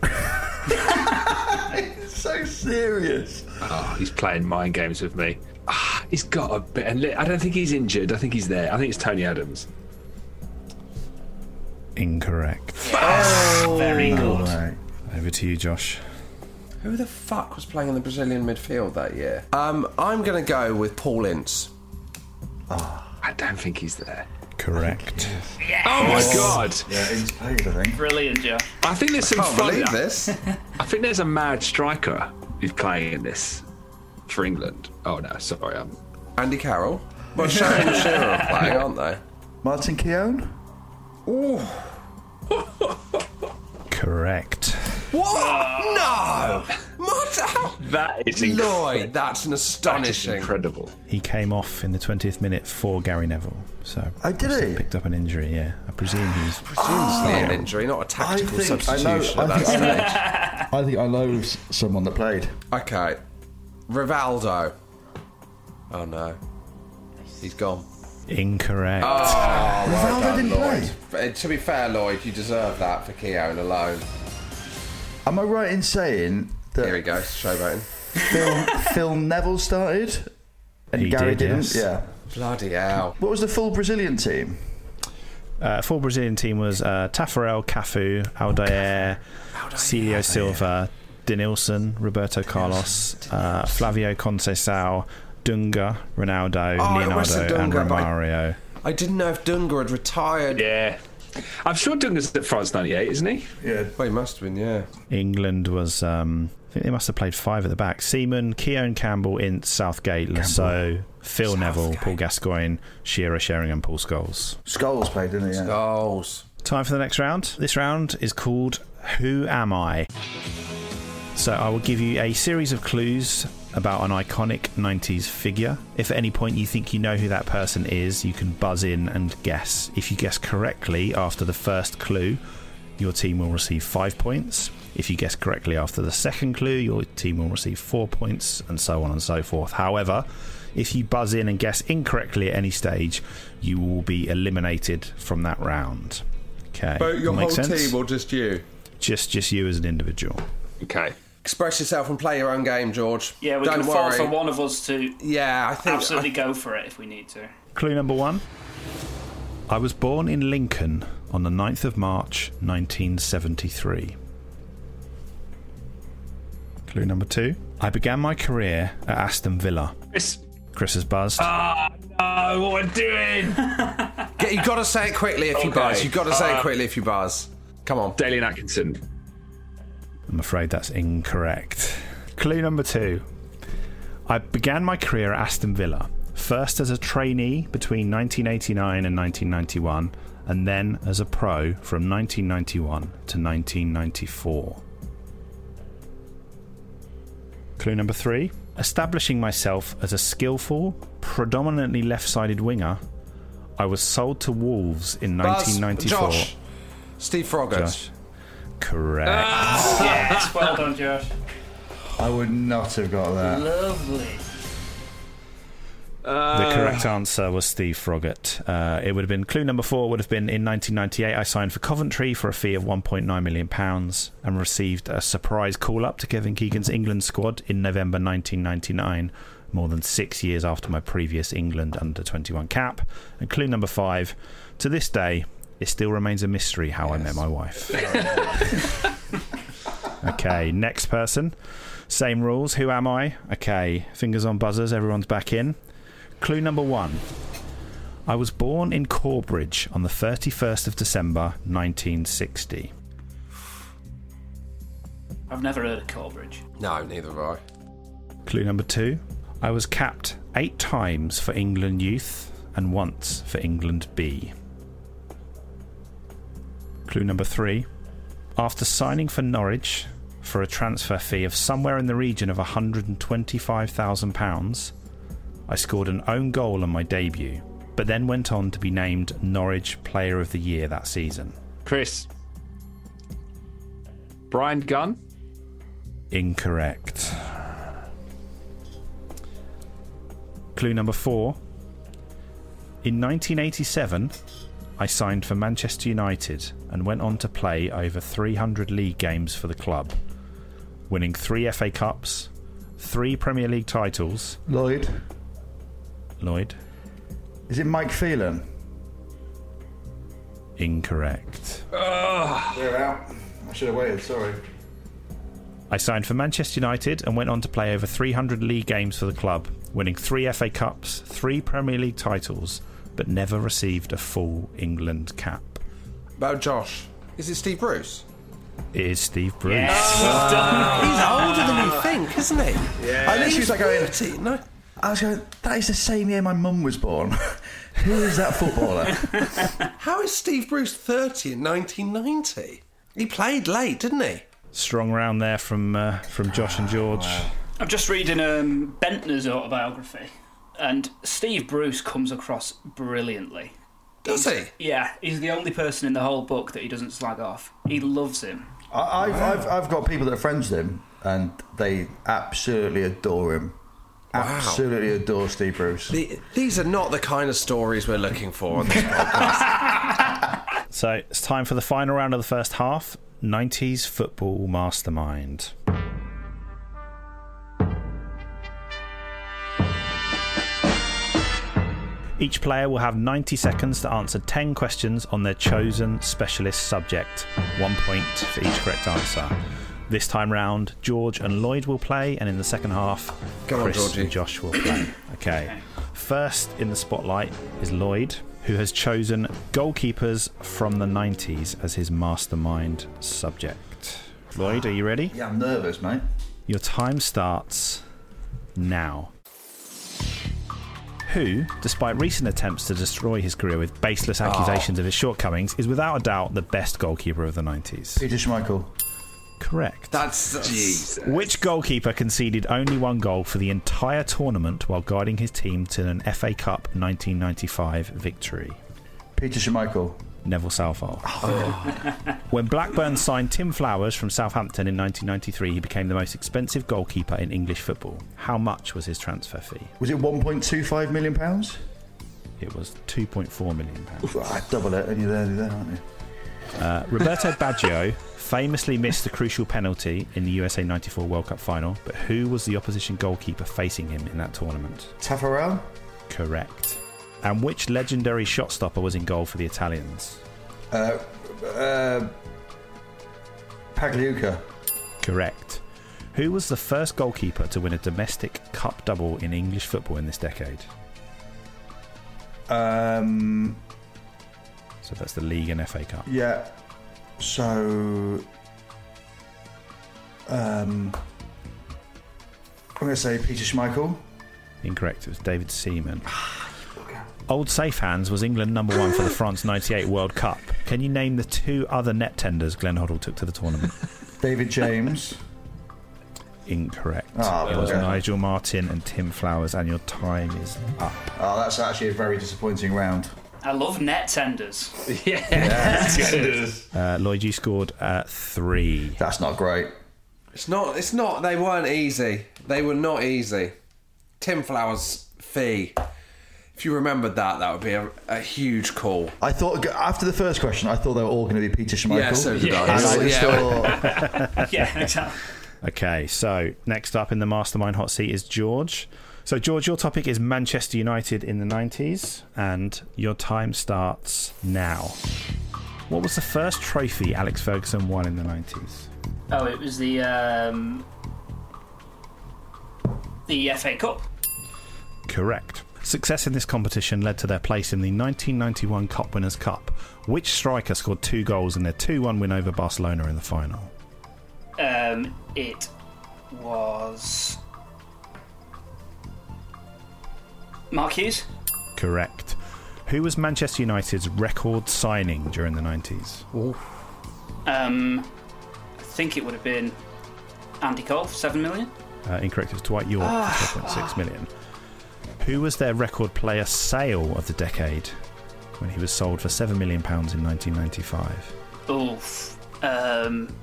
so serious. Oh, he's playing mind games with me. Ah, he's got a bit. And li- I don't think he's injured. I think he's there. I think it's Tony Adams. Incorrect. Oh. Very good. Over to you, Josh. Who the fuck was playing in the Brazilian midfield that year? Um, I'm gonna go with Paul Ince. I don't think he's there. Correct. Oh my god! Yeah, he's played, I think. Brilliant, Joe. I think there's some I can't fun. believe this. I think there's a mad striker who's playing in this for England. Oh no, sorry, I'm Andy Carroll. Well, Sharon and Shearer are playing, aren't they? Martin Keown? Ooh. Correct. What? no! What? How? That is Lloyd, that's an astonishing. incredible. He came off in the 20th minute for Gary Neville. So I Oh, did he? picked up an injury. Yeah, I presume he's Presumably an injury, not a tactical substitution. I, know, at I, that think stage. I, know, I think I know s- someone that played. Okay. Rivaldo. Oh no. He's gone. incorrect. Oh, well Rivaldo done, didn't Lloyd. F- To be fair, Lloyd, you deserve that for Keown alone. Am I right in saying that Here he goes, showboating. Phil, Phil Neville started and He Gary did, not yes. Yeah. Bloody hell. What was the full Brazilian team? Uh, full Brazilian team was uh, Tafarel, Cafu, Aldair, Celio Silva, Denilson, Roberto Carlos, uh, Flavio Conceição, Dunga, Ronaldo, Oh, it was Leonardo, the and Dunga, but I- Romario. I didn't know if Dunga had retired. Yeah. I'm sure Dunga's at France 98, isn't he? Yeah. Well, he must have been, yeah. England was. Um, I think they must have played five at the back. Seaman, Keown Campbell, Ince, Southgate, Lasso, Phil Neville, Paul Gascoigne, Shearer, Sheringham, Paul Scholes. Scholes played, didn't he? Yeah. Goals. Time for the next round. This round is called Who Am I? So I will give you a series of clues about an iconic 90s figure. If at any point you think you know who that person is, you can buzz in and guess. If you guess correctly after the first clue, your team will receive five points. If you guess correctly after the second clue, your team will receive four points, and so on and so forth. However, if you buzz in and guess incorrectly at any stage, you will be eliminated from that round. Okay. But your That whole makes sense? team or just you? Just just you as an individual. Okay. Express yourself and play your own game, George. Yeah, we Don't can worry. fall for one of us to Yeah, I think. absolutely go for it if we need to. Clue number one. I was born in Lincoln on the 9th of March 1973. Clue number two. I began my career at Aston Villa. Chris. Chris has buzzed. Oh, what am I doing? Get, you got to say it quickly if you Okay. buzz. you got to say it Uh, quickly if you buzz. Come on. Dalian Atkinson. I'm afraid that's incorrect. Clue number two. I began my career at Aston Villa, first as a trainee between 1989 and 1991, and then as a pro from 1991 to 1994. Clue number three. Establishing myself as a skillful, predominantly left sided winger, I was sold to Wolves in Buzz. 1994. Josh. Steve Froggatt. Josh. Correct. yes, well done, Josh. I would not have got that. Lovely. The correct answer was Steve Froggatt. Uh, it would have been clue number four. Would have been in 1998. I signed for Coventry for a fee of 1.9 million pounds and received a surprise call up to Kevin Keegan's England squad in November 1999. More than six years after my previous England under 21 cap. And clue number five. To this day, it still remains a mystery how I met my wife. Okay, next person. Same rules. Who am I? Okay, fingers on buzzers. Everyone's back in. Clue number one. I was born in Corbridge on the 31st of December 1960. I've never heard of Corbridge. No, neither have I. Clue number two. I was capped eight times for England youth and once for England B. Clue number three. After signing for Norwich for a transfer fee of somewhere in the region of £125,000, I scored an own goal on my debut, but then went on to be named Norwich Player of the Year that season. Chris. Brian Gunn. Incorrect. Clue number four. In 1987, I signed for Manchester United and went on to play over 300 league games for the club, winning three FA Cups, three Premier League titles. Lloyd, Lloyd, is it Mike Phelan? incorrect. We're out. I should have waited. Sorry. I signed for Manchester United and went on to play over 300 league games for the club, winning three FA Cups, three Premier League titles, but never received a full England cap. About Josh. Is it Steve Bruce? It is Steve Bruce. Um, He's older than you think, isn't he? Yeah. I literally was like going- no. I was going, that is the same year my mum was born. Who is that footballer? How is Steve Bruce 30 in 1990? He played late, didn't he? Strong round there from uh, from Josh and George. I'm just reading um, Bentner's autobiography, and Steve Bruce comes across brilliantly. Does He's- Yeah, he's the only person in the whole book that he doesn't slag off. He loves him. I, I've, I've, I've got people that are friends with him and they absolutely adore him. Absolutely adore Steve Bruce. The, these are not the kind of stories we're looking for on this podcast. So it's time for the final round of the first half 90s football mastermind. Each player will have 90 seconds to answer 10 questions on their chosen specialist subject. One point for each correct answer. This time round, George and Lloyd will play, and in the second half, Go on, Chris Georgie. and Josh will play. Okay. First in the spotlight is Lloyd, who has chosen goalkeepers from the 90s as his mastermind subject. Lloyd, are you ready? Yeah, I'm nervous, mate. Your time starts now. Who, despite recent attempts to destroy his career with baseless accusations of his shortcomings, is without a doubt the best goalkeeper of the 90s? Peter Schmeichel. Correct. That's. Jeez. Which goalkeeper conceded only one goal for the entire tournament while guiding his team to an FA Cup 1995 victory? Peter Schmeichel. Neville Southall. Oh, Oh. When Blackburn signed Tim Flowers from Southampton in 1993, he became the most expensive goalkeeper in English football. How much was his transfer fee? Was it 1.25 million pounds? It was 2.4 million pounds. I double it, and you're there, you're there, aren't you? Uh, Roberto Baggio famously missed the crucial penalty in the USA 94 World Cup final, but who was the opposition goalkeeper facing him in that tournament? Taffarel? Correct. And which legendary shot stopper was in goal for the Italians? Uh, uh, Pagliuca. Correct. Who was the first goalkeeper to win a domestic cup double in English football in this decade? Um, So that's the League and FA Cup. yeah. So. Um, I'm going to say Peter Schmeichel. Incorrect. It was David Seaman. Old Safe Hands was England number one for the France 98 World Cup. Can you name the two other net tenders Glenn Hoddle took to the tournament? David James. Incorrect. Ah, it was bugger. Nigel Martin and Tim Flowers, and your time is up. Oh, that's actually a very disappointing round. I love net tenders. Yeah. Uh, Lloyd, you scored uh, three. That's not great. It's not. It's not. They weren't easy. They were not easy. Tim Flowers' fee. If you remembered that, that would be a, a huge call. I thought after the first question, I thought they were all going to be Peter Schmeichel. Yeah, so did I. And I just Yeah. thought, yeah, exactly. Okay, so next up in the mastermind hot seat is George. So, George, your topic is Manchester United in the 90s, and your time starts now. What was the first trophy Alex Ferguson won in the 90s? Oh, it was the um, the FA Cup. Correct. Success in this competition led to their place in the 1991 Cup Winners' Cup. Which striker scored two goals in their 2 1 win over Barcelona in the final? Um, it was Mark Hughes. Correct. Who was Manchester United's record signing during the 90s? Um, I think it would have been Andy Cole for seven million. Ah. Uh, incorrect. It was Dwight York for 12.6 million. Who was their record player sale of the decade when he was sold for £7 million in 1995? Oof. Um,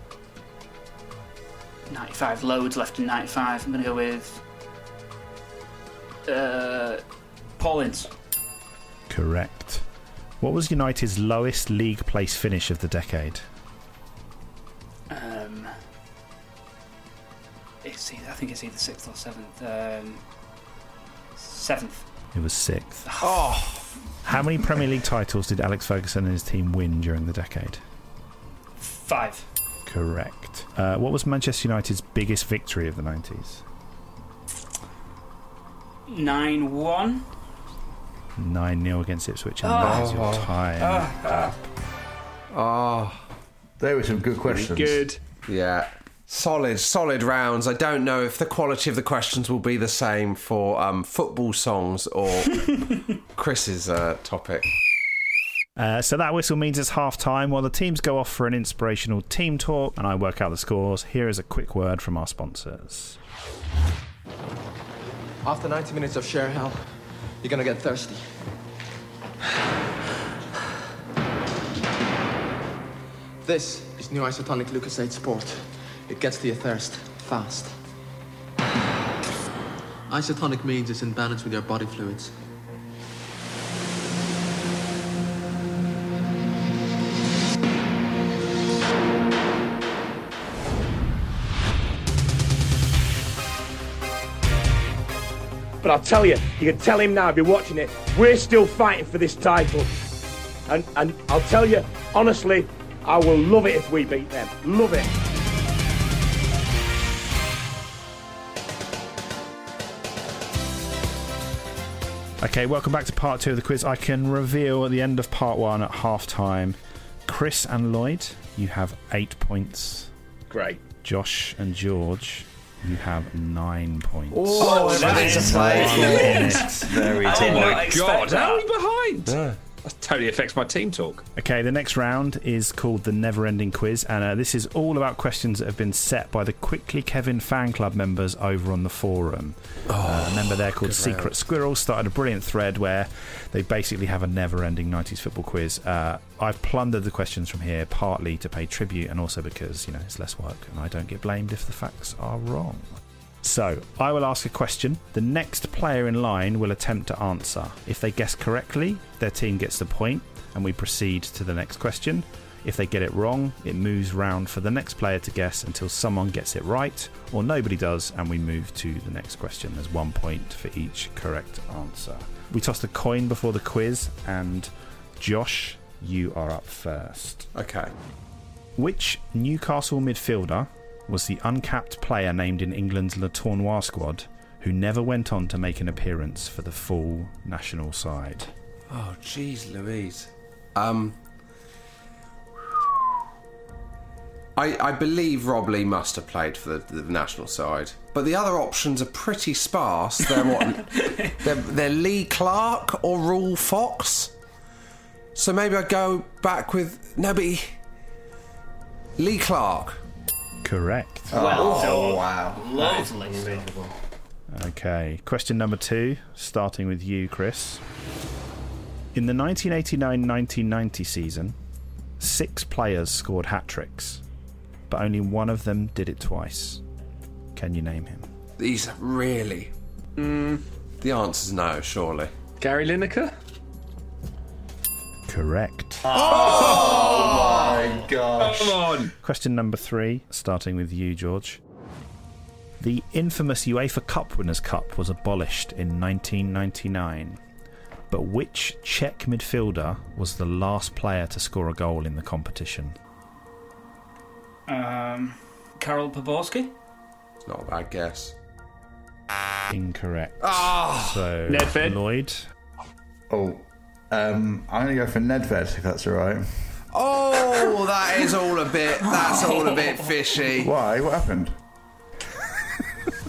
95 loads left in 95. I'm going to go with uh, Paul Ince. Correct. What was United's lowest league place finish of the decade? Um, it's either, I think it's either sixth or seventh. Um, seventh. It was sixth. Oh, How many Premier League titles did Alex Ferguson and his team win during the decade? five. Correct. Uh, what was Manchester United's biggest victory of the 90s? Nine one. 9 0 against Ipswich, and Oh. that is your Oh. time. Ah. Ah, there were some good questions. Good. Yeah. Solid, solid rounds. I don't know if the quality of the questions will be the same for um, football songs or Chris's uh, topic. Uh, so that whistle means it's half time while the teams go off for an inspirational team talk and I work out the scores. Here is a quick word from our sponsors. After 90 minutes of sheer hell, you're gonna get thirsty. This is new isotonic leukocyte support. It gets to your thirst fast. Isotonic means it's in balance with your body fluids. But I'll tell you, you can tell him now if you're watching it, we're still fighting for this title. And, and I'll tell you, honestly, I will love it if we beat them. Love it. Okay, welcome back to part two of the quiz. I can reveal at the end of part one at half time Chris and Lloyd, you have eight points. Great. Josh and George, you have nine points. Oh, Oh, that that is is play. Yes. oh my god, how are we behind? That totally affects my team talk. Okay, the next round is called the Never Ending Quiz, and uh, this is all about questions that have been set by the Quickly Kevin fan club members over on the forum. uh, a member there called good Secret round. Squirrel started a brilliant thread where they basically have a never ending 90s football quiz. Uh, I've plundered the questions from here partly to pay tribute and also because, you know, it's less work and I don't get blamed if the facts are wrong. So, I will ask a question. The next player in line will attempt to answer. If they guess correctly, their team gets the point and we proceed to the next question. If they get it wrong, it moves round for the next player to guess until someone gets it right or nobody does and we move to the next question. There's one point for each correct answer. We tossed a coin before the quiz and Josh, you are up first. Okay. Which Newcastle midfielder was the uncapped player named in England's Le Tournois squad who never went on to make an appearance for the full national side? Oh, jeez, Louise. Um, I, I believe Rob Lee must have played for the, the national side, but the other options are pretty sparse. They're what? they're, they're Lee Clark or Rule Fox. So maybe I go back with no, but he- Lee Clark. Correct. Lovely. Okay, question number two, starting with you, Chris. In the 1989 1990 season, six players scored hat tricks, but only one of them did it twice. Can you name him? These are really. Mm, the answer's no, surely. Gary Lineker? Correct. Oh, my gosh. Come on. Question number three, starting with you, George. The infamous UEFA Cup Winners' Cup was abolished in 1999. But which Czech midfielder was the last player to score a goal in the competition? Um, Karol Poborski? It's not a bad guess. Incorrect. Ah, so, Nedved. Lloyd. Oh, um, I'm going to go for Nedved if that's all right. Oh, that is all a bit. That's all a bit fishy. Why? What happened?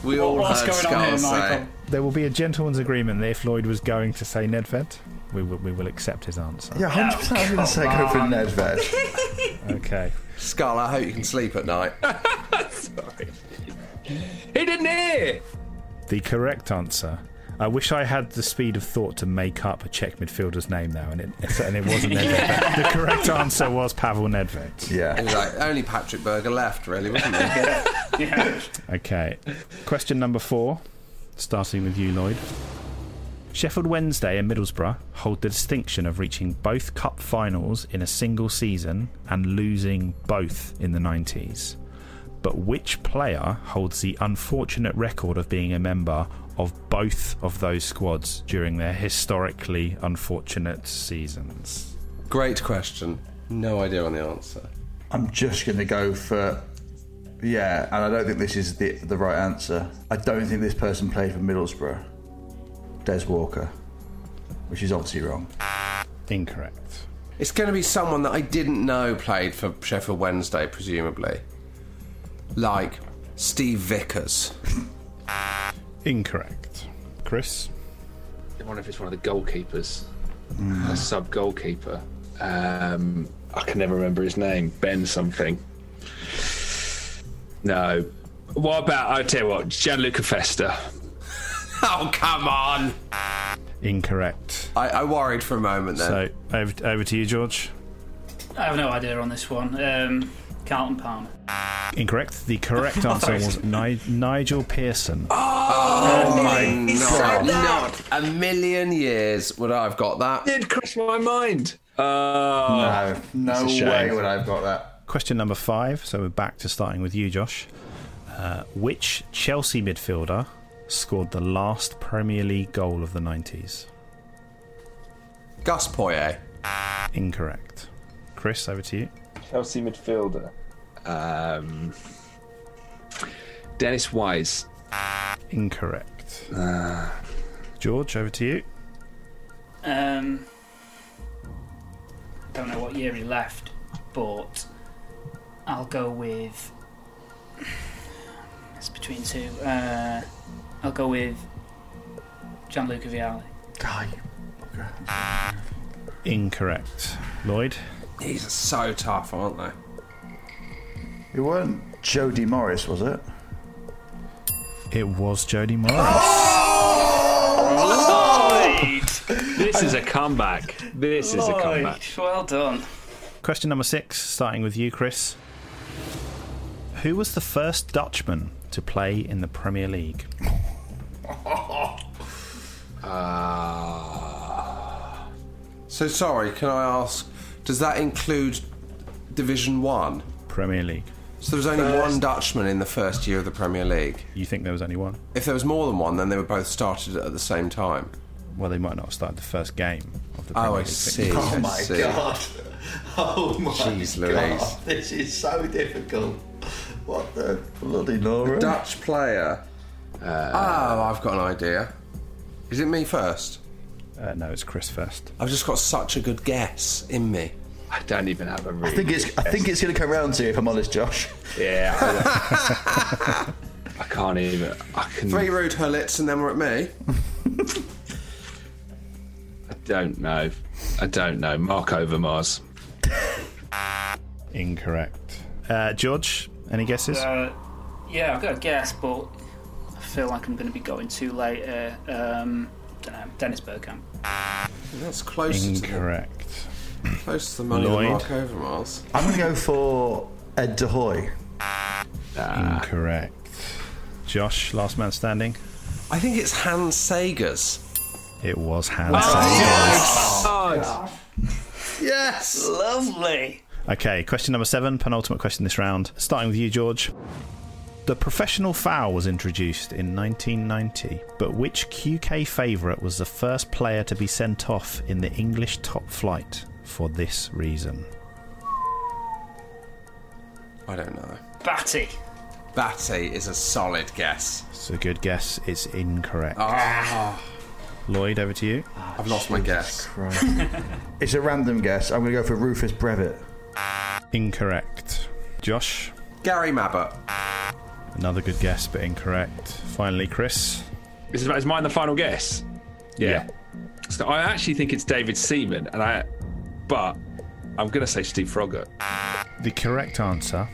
We all heard Skull say. There will be a gentleman's agreement that if Lloyd was going to say Nedved, we will, we will accept his answer. Yeah, 100% I was going to say go for Nedved. Okay. Skull, I hope you can sleep at night. He didn't hear. The correct answer. I wish I had the speed of thought to make up a Czech midfielder's name now, and it, and it wasn't Nedved. The correct answer was Pavel Nedved. Yeah. And he's like, only Patrick Berger left, really, wasn't it? Okay. Question number four, starting with you, Lloyd. Sheffield Wednesday and Middlesbrough hold the distinction of reaching both cup finals in a single season and losing both in the 90s. But which player holds the unfortunate record of being a member of both of those squads during their historically unfortunate seasons? Great question. No idea on the answer. I'm just going to go for. Yeah, and I don't think this is the, the right answer. I don't think this person played for Middlesbrough. Des Walker. which is obviously wrong. Incorrect. It's going to be someone that I didn't know played for Sheffield Wednesday, presumably. Like Steve Vickers. Incorrect. Chris? I wonder if it's one of the goalkeepers, Mm. a sub goalkeeper. Um, I can never remember his name. Ben something. No. What about? I tell you what, Gianluca Festa. oh come on! Incorrect. I, I worried for a moment then. So over, over to you, George. I have no idea on this one. Um, Carlton Palmer. Incorrect. The correct answer was Ni- Nigel Pearson. Oh, my He god! said Not a million years would I have got that. Did cross my mind. Oh no, no way would I have got that. Question number five. So we're back to starting with you, Josh. Uh, which Chelsea midfielder scored the last Premier League goal of the 90s? Gus Poyet. Incorrect. Chris, over to you. Chelsea midfielder. Um, Dennis Wise. Incorrect. George, over to you. Um, don't know what year he left, but I'll go with. It's between two. Uh, I'll go with Gianluca Vialli. Incorrect. Lloyd? These are so tough, aren't they? It weren't Jody Morris, was it? It was Jody Morris. Lloyd! This is a comeback. This is a Lloyd, comeback. Well done. Question number six, starting with you, Chris. Who was the first Dutchman to play in the Premier League? So sorry, can I ask? Does that include Division One? Premier League. So there was only First- one Dutchman in the first year of the Premier League. You think there was only one? If there was more than one, then they were both started at the same time. Well, they might not have started the first game of the Oh, Premier I League. see. fixture. Oh, Oh my see. god. Oh my Jeez, god. Louise. This is so difficult. What the bloody A Nora? Dutch player. Uh, oh, I've got an idea. Is it me first? Uh, no, it's Chris first. I've just got such a good guess in me. I don't even have a I real. think it's I think it's gonna come round to you if I'm honest, Josh. Yeah. I- I can't even. I can. Three rude hullets, and then we're at me. I don't know. I don't know. Mark Overmars. Incorrect. Uh, George, any guesses? Uh, yeah, I've got a guess, but I feel like I'm going to be going too late. Uh, um, don't know, Dennis Bergkamp. That's close Incorrect. to the, close to the money Lloyd. than Mark Overmars. I'm gonna go for Ed De Hoy. Incorrect. Josh, last man standing. I think it's Hans Sagers. It was Hans. Yes! Lovely. Okay, question number seven, penultimate question this round. Starting with you, George. The professional foul was introduced in 1990, but which QK favourite was the first player to be sent off in the English top flight for this reason? I don't know. Batty. Batty is a solid guess. It's a good guess. It's incorrect. Ah, Lloyd, over to you. I've lost my guess. It's a random guess. I'm gonna go for Rufus Brevitt. Incorrect. Josh, Gary Mabbott. another good guess, but incorrect. Finally, Chris. Is, is mine the final guess? Yeah. So I actually think it's David Seaman, and I, but I'm gonna say Steve Froggatt. The correct answer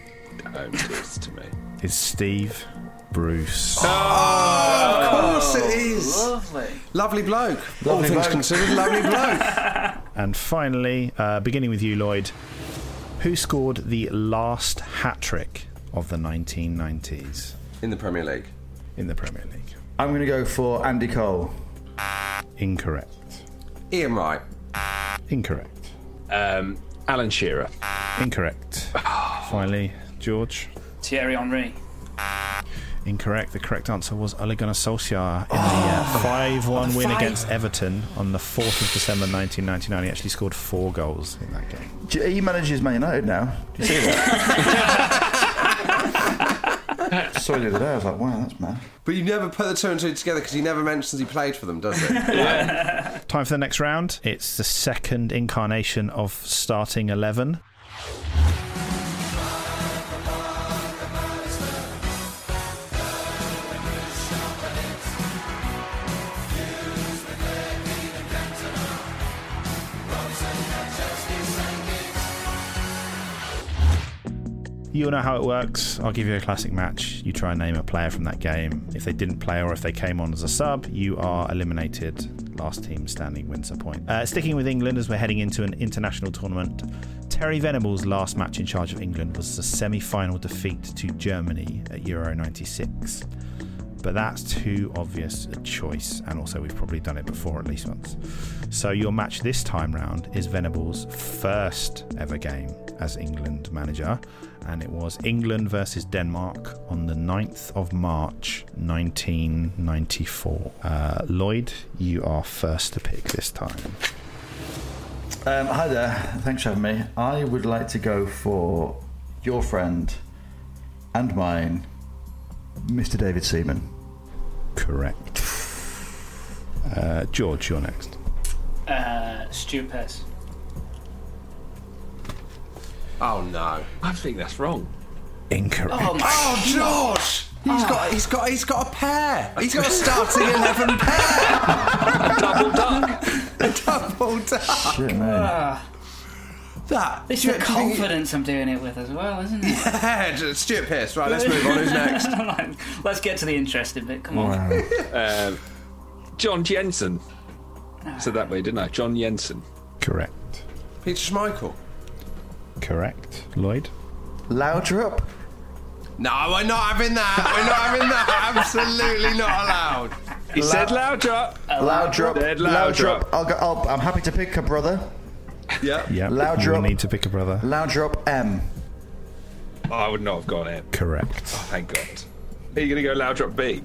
Don't do this to me. is Steve Bruce. Of course it is. Lovely. Lovely bloke. All Lovely things bloke. considered, lovely bloke. And finally, uh, beginning with you, Lloyd, who scored the last hat trick of the 1990s In the Premier League. in the Premier League? I'm gonna go for Andy Cole. Incorrect. Ian Wright. Incorrect. Um, Alan Shearer. Incorrect. Finally, George. Thierry Henry. Incorrect. The correct answer was Ole Gunnar Solskjaer in the uh, 5 1 win against Everton on the 4th of December 1999. He actually scored four goals in that game. Do- He manages Man United now. Do you see that? Saw it the other day. I was like, wow, that's mad. But you never put the two and two together because he never mentions he played for them, does he? Time for the next round. It's the second incarnation of starting 11. You'll know how it works. I'll give you a classic match. You try and name a player from that game. If they didn't play or if they came on as a sub, you are eliminated. Last team standing wins a point. Uh, sticking with England as we're heading into an international tournament, Terry Venable's last match in charge of England was the semi final defeat to Germany at Euro 96. But that's too obvious a choice, and also we've probably done it before at least once. So your match this time round is Venable's first ever game as England manager, and it was England versus Denmark on the 9th of March 1994. Uh, Lloyd, you are first to pick this time. Um, hi there. Thanks for having me. I would like to go for your friend and mine, Mr. David Seaman. Correct. Uh, George, you're next. Uh, Stu Pearce. Oh no! I think that's wrong. Incorrect. Oh, my Oh, George! He's got, he's got, he's got a pair. He's got a starting eleven pair. A double duck. A double duck. Shit, Ah, That. it's do the you- do you think- confidence I'm doing it with as well, isn't it? Yeah, Stuart Pearce. Right, let's move on. Who's next? Let's get to the interesting bit. Come on. Um, John Jensen. Said that way, didn't I? John Jensen. Correct. Peter Schmeichel. Correct. Lloyd? Louder up. No, we're not having that. We're not having that. Absolutely not allowed. He said loud drop. Louder up. Dead Louder louder up. I'll go, I'll, I'm happy to pick a brother. Yeah. Yeah. Louder you up. need to pick a brother. Louder up M. Oh, I would not have gone in. Correct. Oh, thank God. Are you going to go loud drop B?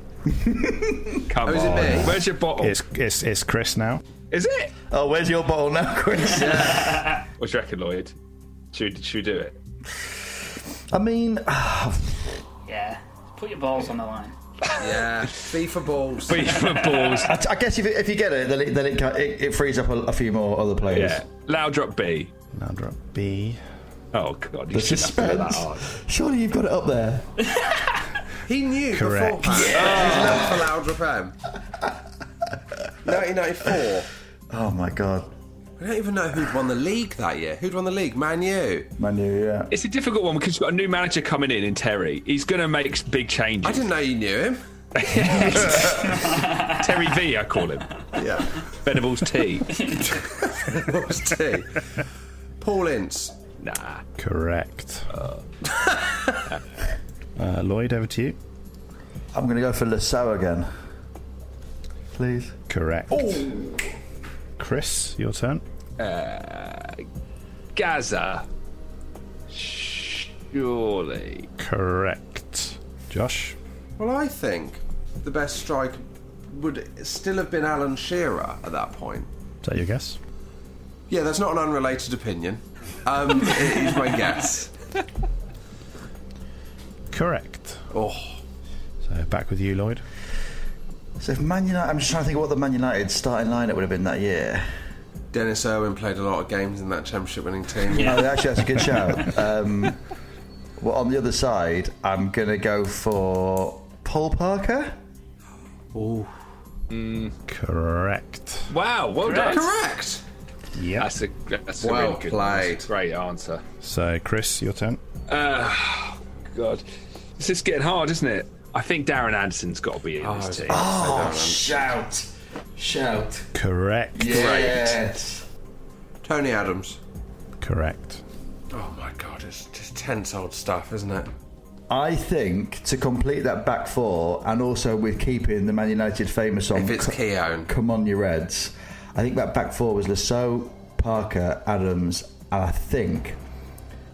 Come Oh, is it on. me? Where's your bottle? It's, it's, it's Chris now. Is it? Oh, where's your bottle now, Chris? What do you reckon, Lloyd? Should, should we do it? I mean, Yeah. Put your balls on the line. Yeah, B for balls. B for balls. I, I guess if, it- if you get it, then it then it, ca- it, it frees up a, a few more other players. Yeah. Loud drop B. Loud drop B. Oh, God. You The shouldn't have put that suspense. on. Surely you've got it up there. He knew Correct. beforehand. His love for Loudrup M. 1994. Oh my god, We don't even know who'd won the league that year. Who'd won the league? Man U. Man U, yeah. It's a difficult one because you've got a new manager coming in in Terry. He's going to make big changes. I didn't know you knew him. Terry V, I call him. Yeah. Venables T. what was T? Paul Ince. Nah. Correct. Uh, Lloyd, over to you. I'm going to go for Lasso again. Please. Correct. Chris, your turn. Uh, Gaza. Surely. Correct. Josh? Well, I think the best strike would still have been Alan Shearer at that point. Is that your guess? Yeah, that's not an unrelated opinion. Um, it is my guess. Correct. Oh. So back with you, Lloyd. So if Man United, I'm just trying to think of what the Man United starting lineup would have been that year. Dennis Irwin played a lot of games in that championship winning team. Oh, actually, that's a good shout. Um, well, on the other side, I'm going to go for Paul Parker. Oh, Correct. Wow, well done. Correct. Yeah. That's a, that's Well a really good played. That's a great answer. So, Chris, your turn. Uh, God. This is getting hard, isn't it? I think Darren Anderson's got to be in this team. Oh, shout. Shout. Correct. Yes. Tony Adams. Correct. Oh my god, it's just tense old stuff, isn't it? I think to complete that back four, and also with keeping the Man United famous on If it's "C- Keown. "Come on, you Reds," I think that back four was Lasso, Parker, Adams, and I think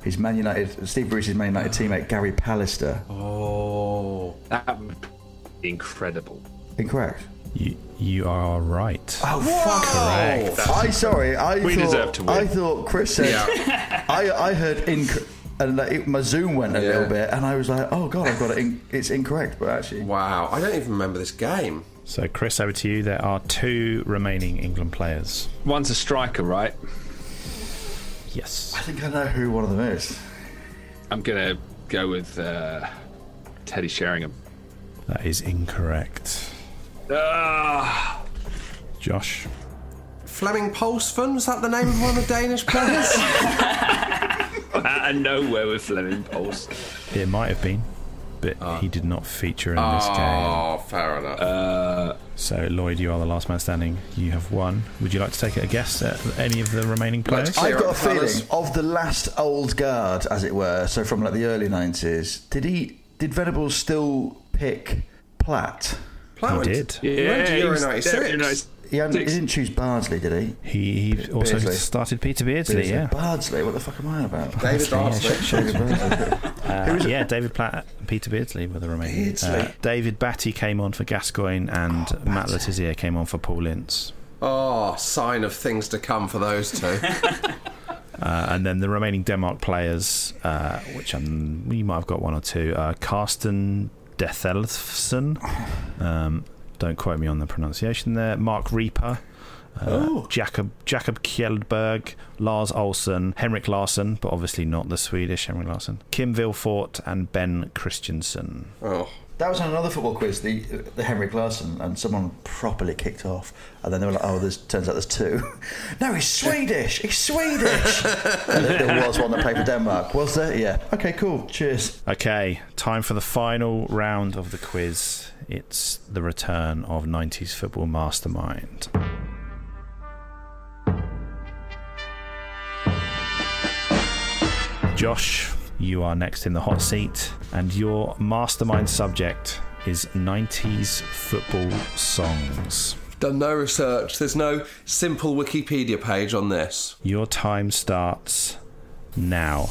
his Man United, Steve Bruce's Man United teammate Gary Pallister. Oh. That would be incredible. Incorrect. You, you are right. Oh fuck! I sorry. I We thought, deserve to win. I thought Chris said. I I heard inc- and like, it, my zoom went a Yeah. little bit, and I was like, "Oh god, I've got it. In, it's incorrect." But actually, wow, I don't even remember this game. So, Chris, over to you. There are two remaining England players. One's a striker, right? Yes. I think I know who one of them is. I'm going to go with uh, Teddy Sheringham. That is incorrect. Ah, Josh. Fleming Poulsen, was that the name of one of the Danish players? out of nowhere with Fleming Pulse. It might have been, but he did not feature in this game. Oh, fair enough. Uh, So, Lloyd, you are the last man standing. You have won. Would you like to take a guess at any of the remaining players? I've got a feeling of the last old guard, as it were, so from like the early nineties. Did he? Did Venables still pick Platt? Platt He went- did. he went to Yeah, Euro he was 96. there in 96. He, hadn't- he didn't choose Bardsley, did he? He, he also started Peter Beardsley, yeah. Bardsley. What the fuck am I on about? David Bardsley, yeah, Bardsley. sure, sure. David Bardsley. Uh, Who is it? yeah, David Platt and Peter Beardsley were the remaining. Beardsley. Uh, David Batty came on for Gascoigne, and Matt Letizia came on for Paul Ince. Oh, sign of things to come for those two. Uh, and then the remaining Denmark players, uh, which I'm, you might have got one or two, uh, Carsten Dethelfsen. Um, don't quote me on the pronunciation there. Mark Reaper. Uh, Jacob Jacob Kjeldberg, Lars Olsen, Henrik Larsson, but obviously not the Swedish Henrik Larsson, Kim Vilfort, and Ben Christensen. Oh. That was on another football quiz, the the Henrik Larsson, and someone properly kicked off, and then they were like, "Oh, there's turns out there's two. no, he's Swedish. He's Swedish." And there, there was one that played for Denmark, was there? Yeah. Okay, cool. Cheers. Okay, time for the final round of the quiz. It's the return of 90s football mastermind. Josh, you are next in the hot seat, and your mastermind subject is 90s football songs. Done no research. There's no simple Wikipedia page on this. Your time starts now.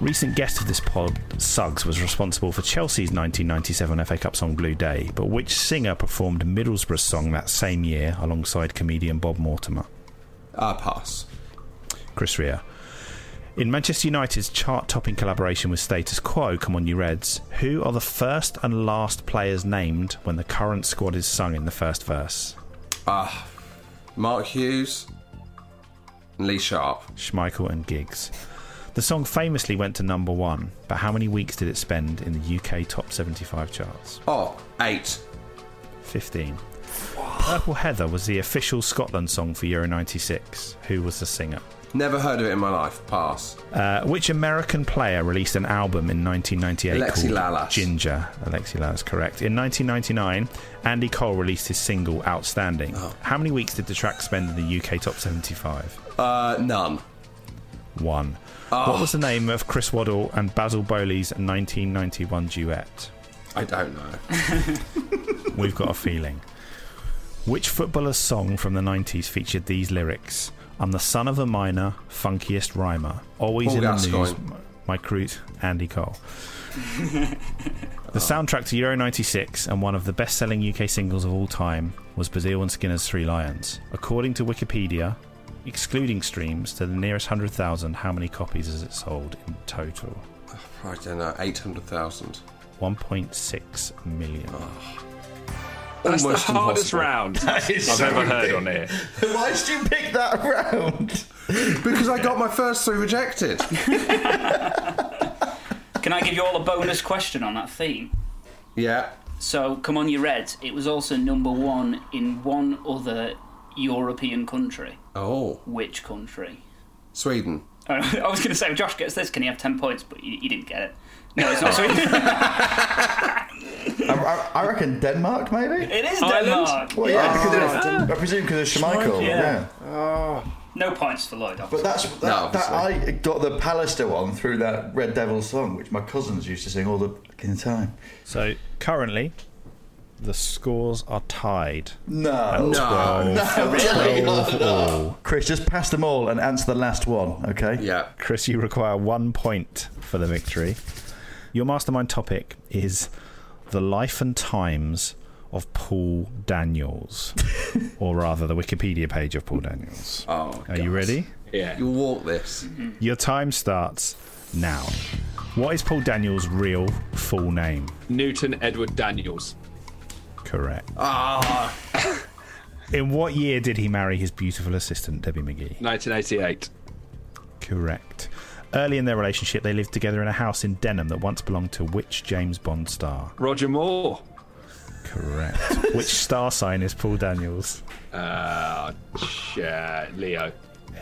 Recent guest of this pod, Suggs, was responsible for Chelsea's 1997 FA Cup song Blue Day, but which singer performed Middlesbrough's song that same year alongside comedian Bob Mortimer? Ah, pass. Chris Rea. In Manchester United's chart topping collaboration with Status Quo, Come On You Reds, who are the first and last players named when the current squad is sung in the first verse? Ah, Mark Hughes and Lee Sharp. Schmeichel and Giggs. The song famously went to number one, but how many weeks did it spend in the UK top 75 charts? Oh, eight. 15. Purple Heather was the official Scotland song for Euro 96. Who was the singer? Never heard of it in my life. Pass. Uh, which American player released an album in 1998 Alexi called Lalas. Ginger? Alexi Lalas, correct. In 1999, Andy Cole released his single Outstanding. Oh. How many weeks did the track spend in the UK top 75? Uh, none. One. Oh. What was the name of Chris Waddle and Basil Bowley's 1991 duet? I don't know. We've got a feeling. Which footballer's song from the 90s featured these lyrics? I'm the son of a miner, funkiest rhymer. Always Paul in the Gascoigne. news. My crew, Andy Cole. The soundtrack to Euro 96 and one of the best selling UK singles of all time was Bazil and Skinner's Three Lions. According to Wikipedia, excluding streams to the nearest 100,000, how many copies has it sold in total? I don't know. 800,000. 1.6 million. Ah. Almost That's the hardest impossible. round I've so ever heard on here. ridiculous. Why did you pick that round? Because I got my first three rejected. Can I give you all a bonus question on that theme? Yeah. So, come on, you Reds. It was also number one in one other European country. Oh. Which country? Sweden. Oh, I was going to say, if Josh gets this, can he have 10 points? But he, he didn't get it. No, it's not Sweden. I, I, I reckon Denmark, maybe. It is Ireland? Denmark. Well, yeah, Oh. because of, I presume because of Schmeichel. yeah. No points for Lloyd. But that's obviously. that, that I got the Pallister one through that Red Devil song, which my cousins used to sing all the fucking time. So currently, the scores are tied. No, At 12. no, Really? really? Twelve all. Chris, just pass them all and answer the last one, okay? Yeah. Chris, you require one point for the victory. Your mastermind topic is the life and times of Paul Daniels, or rather, the Wikipedia page of Paul Daniels. Oh, Are you ready? Yeah. You walk this. Your time starts noun. What is Paul Daniels' real full name? Newton Edward Daniels. Correct. Ah, In what year did he marry his beautiful assistant, Debbie McGee? 1988. Correct. Early in their relationship, they lived together in a house in Denham that once belonged to which James Bond star? Roger Moore. Correct. which star sign is Paul Daniels? Uh, sh- uh, Leo.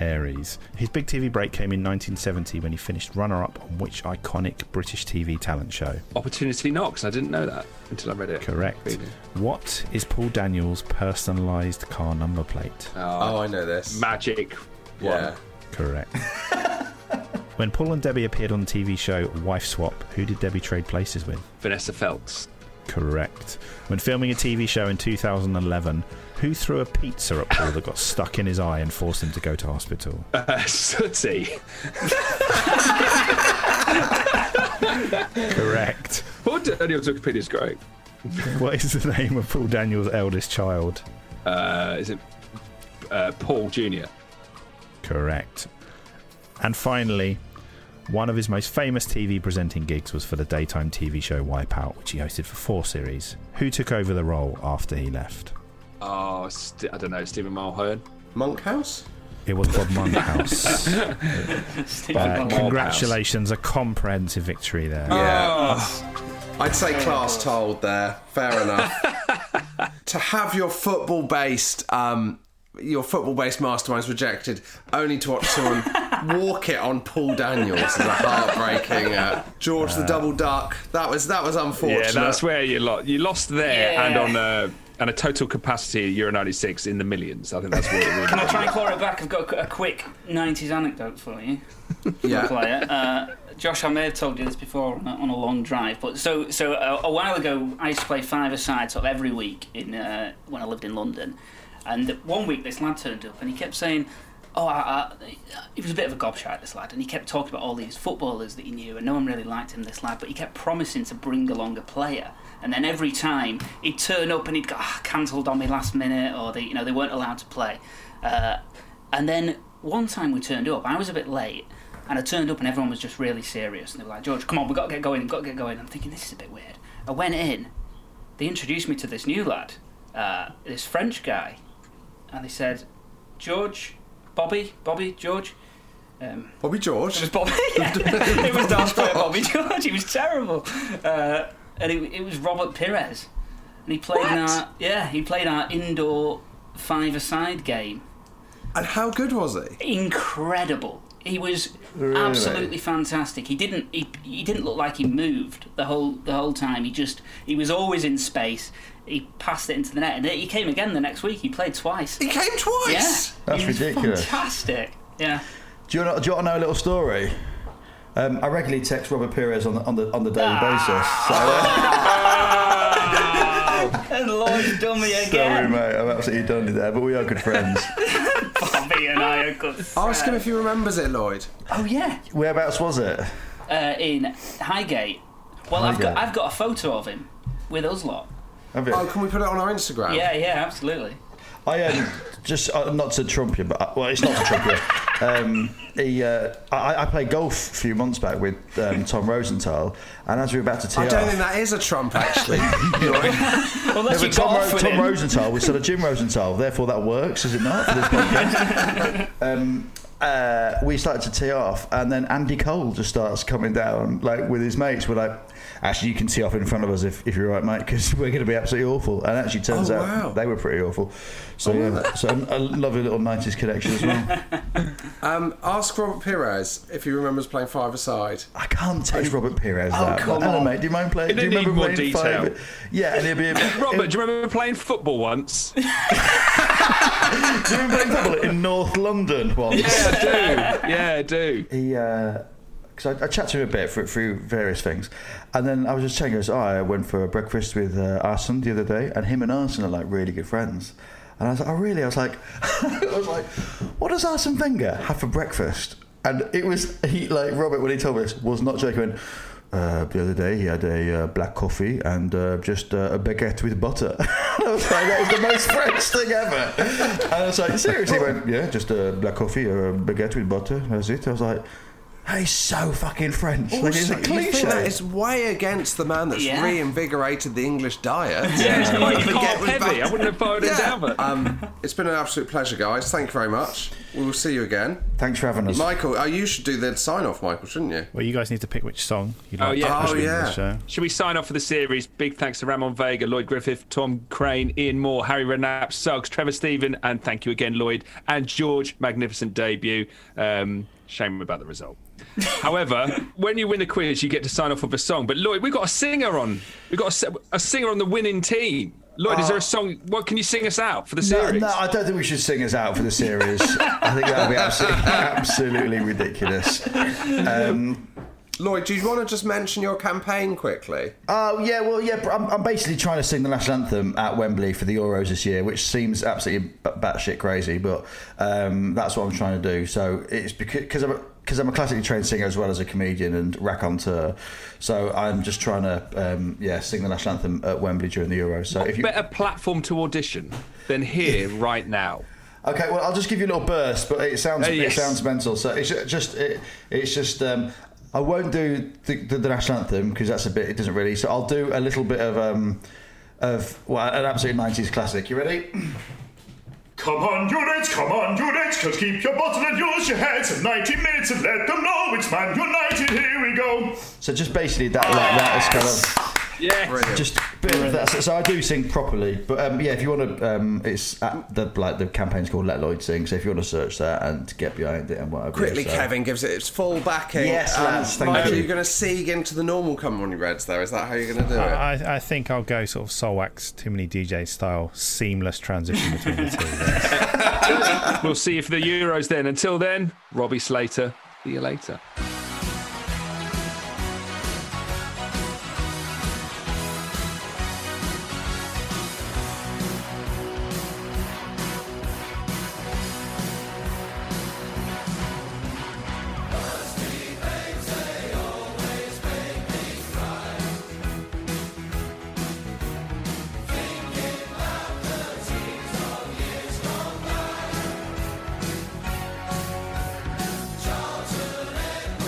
Aries. His big TV break came in 1970 when he finished runner up on which iconic British TV talent show? Opportunity Knocks. I didn't know that until I read it. Correct. What is Paul Daniels' personalised car number plate? oh, I know this. Magic. Yeah. Correct. when Paul and Debbie appeared on the TV show Wife Swap, who did Debbie trade places with? Vanessa Phelps. Correct. When filming a TV show in 2011, who threw a pizza at Paul that got stuck in his eye and forced him to go to hospital? Uh, Sooty. Correct. Paul Daniels Wikipedia's great. what is the name of Paul Daniels' eldest child? Uh, is it uh, Paul Jr.? Correct. And finally, one of his most famous TV presenting gigs was for the daytime TV show Wipeout, which he hosted for four series. Who took over the role after he left? Oh, st- I don't know. Stephen Mulhern. Monkhouse? It was Bob Monkhouse. Uh, congratulations, a comprehensive victory there. Yeah. Oh. I'd say class told there. Fair enough. to have your football based um, your football based masterminds rejected, only to watch someone walk it on Paul Daniels is a heartbreaking. Uh, George the double duck. That was that was unfortunate. Yeah, that's where you lost. You lost there Yeah. and on a and a total capacity Euro '96 in the millions. I think that's what it really Can I try and claw it back? I've got a quick 90s anecdote for you. Yeah. Player. Uh, Josh, I may have told you this before on a, on a long drive, but so so uh, a, a while ago, I used to play five-a-side sort of every week in uh, when I lived in London. And one week, this lad turned up and he kept saying, "Oh, I, I, he was a bit of a gobshite, this lad." And he kept talking about all these footballers that he knew, and no one really liked him, this lad. But he kept promising to bring along a player. And then every time he'd turn up and he'd go, ah, cancelled on me last minute, or they, you know, they weren't allowed to play. Uh, and then one time we turned up, I was a bit late, and I turned up and everyone was just really serious. And they were like, George, come on, we've got to get going, we've got to get going. I'm thinking, this is a bit weird. I went in, they introduced me to this new lad, uh, this French guy, and they said, George, Bobby, Bobby, George. Um, Bobby George? It was Bobby, yeah. it was Darth player Bobby George, he was terrible. Uh, and it, it was Robert Perez. And he played in our, yeah, he played our indoor five-a-side game And how good was he? incredible. He was Really? absolutely fantastic. He didn't he, he didn't look like he moved the whole the whole time. He just he was always in space. He passed it into the net, and he came again the next week. He played twice. He came twice. Yeah, That's He was ridiculous. Fantastic. Yeah. Do you, want, do you want to know a little story? Um, I regularly text Robert Perez on the, on the, on the daily Ah. and Lloyd's done me basis. So, uh, sorry, again. mate, I'm absolutely done with that, but we are good friends. Bobby and I are good. Ask him if he remembers it, Lloyd. Oh yeah. Whereabouts was it? Uh, in Highgate. Well, I've got Highgate. I've got a photo of him with us lot. Have you? Oh, can we put it on our Instagram? Yeah, yeah, absolutely. I um, just uh, not to trump you, but uh, well, it's not to trump you. Um, he, uh, I, I played golf a few months back with um, Tom Rosenthal, and as we were about to tee I off, don't think that is a trump, actually. Unless No, you but got Tom, off Ro- with Tom him. Rosenthal was still a Jim Rosenthal, therefore that works, is it not? For this podcast? um, uh, we started to tee off, and then Andy Cole just starts coming down, like with his mates. We're like, actually, you can tee off in front of us if, if you're right, mate, because we're going to be absolutely awful. And actually, turns Oh, out wow. Oh, they were pretty awful. So, yeah, so a lovely little '90s connection as well. Um, ask Robert Perez if he remembers playing five aside. I can't touch Robert Perez. Oh, that. come Like, "Hello, on. mate. Do you mind It playing? Do you didn't need remember more playing detail. five? Yeah, and it'd be a, Robert, do you remember playing football once? Do you remember playing football in North London once? Yeah, I do. Yeah, I do. He, because I, I chatted to him a bit through, through various things, and then I was just chatting. he Goes, oh, I went for a breakfast with uh, Arsene the other day, and him and Arsene are like really good friends. And I was like, oh really? I was like, I was like, what does Arsene Wenger have for breakfast? And it was he like Robert when he told me this was not joking. He went, Uh, the other day, he had a uh, black coffee and uh, just uh, a baguette with butter. and I was like, that is the most French thing ever. And I was like, seriously, he went, yeah, just a black coffee, a baguette with butter. That's it. I was like, He's so fucking French. like, it's Also, a Oh, you think that cliche. it's way against the man that's Yeah. reinvigorated the English diet. Yeah, It's you quite can't forget heavy. we've- I wouldn't have voted Albert. Um, it's been an absolute pleasure, guys. Thank you very much. We will see you again. Thanks for having us. Michael, oh, you should do the sign off, Michael, shouldn't you? Well, you guys need to pick which song you'd Oh like yeah! to put in the show. Should we sign off for the series? Big thanks to Ramon Vega, Lloyd Griffith, Tom Crane, Ian Moore, Harry Redknapp, Suggs, Trevor Stephen, and thank you again, Lloyd and George. Magnificent debut. Um, shame about the result. However, when you win the quiz, you get to sign off with a song. But Lloyd, we've got a singer on. We've got a, se- a singer on the winning team. Lloyd, is there a song? What can you sing us out for the No, series? no, I don't think we should sing us out for the series. I think that would be absolutely, absolutely ridiculous. Um, Lloyd, do you want to just mention your campaign quickly? Oh yeah, well yeah. but I'm, I'm basically trying to sing the national anthem at Wembley for the Euros this year, which seems absolutely b- batshit crazy, but um, that's what I'm trying to do. So it's because I'm because I'm a classically trained singer as well as a comedian and raconteur. So I'm just trying to um, yeah sing the national anthem at Wembley during the Euros. So if you Better platform to audition than here right now. Okay, well, I'll just give you a little burst, but it sounds Uh, yes. it sounds mental. So it's ju- just it, it's just um, I won't do the, the, the national anthem because that's a bit it doesn't really. So I'll do a little bit of um of well an absolute nineties classic. You ready? Come on, units, come on, units, just keep your bottle and use your heads. In 90 minutes and let them know it's Man United, here we go. So just basically that like that is kind of. Yeah. Just a bit of that. So, so I do sing properly, but um, yeah, if you want to, um, it's at the like the campaign's called Let Lloyd Sing. So if you want to search that and get behind it and whatever. uh, Quickly, so. Kevin gives it its full backing. Um, Yes, lads, thank Michael, you. are going to sieg into the normal come on, you Reds, though? Is that how you're going to do it? I, I- I think I'll go sort of Solwax, Too Many DJ style, seamless transition between the two. we'll see you for the Euros then. Until then, Robbie Slater. See you later. Charlton Edward.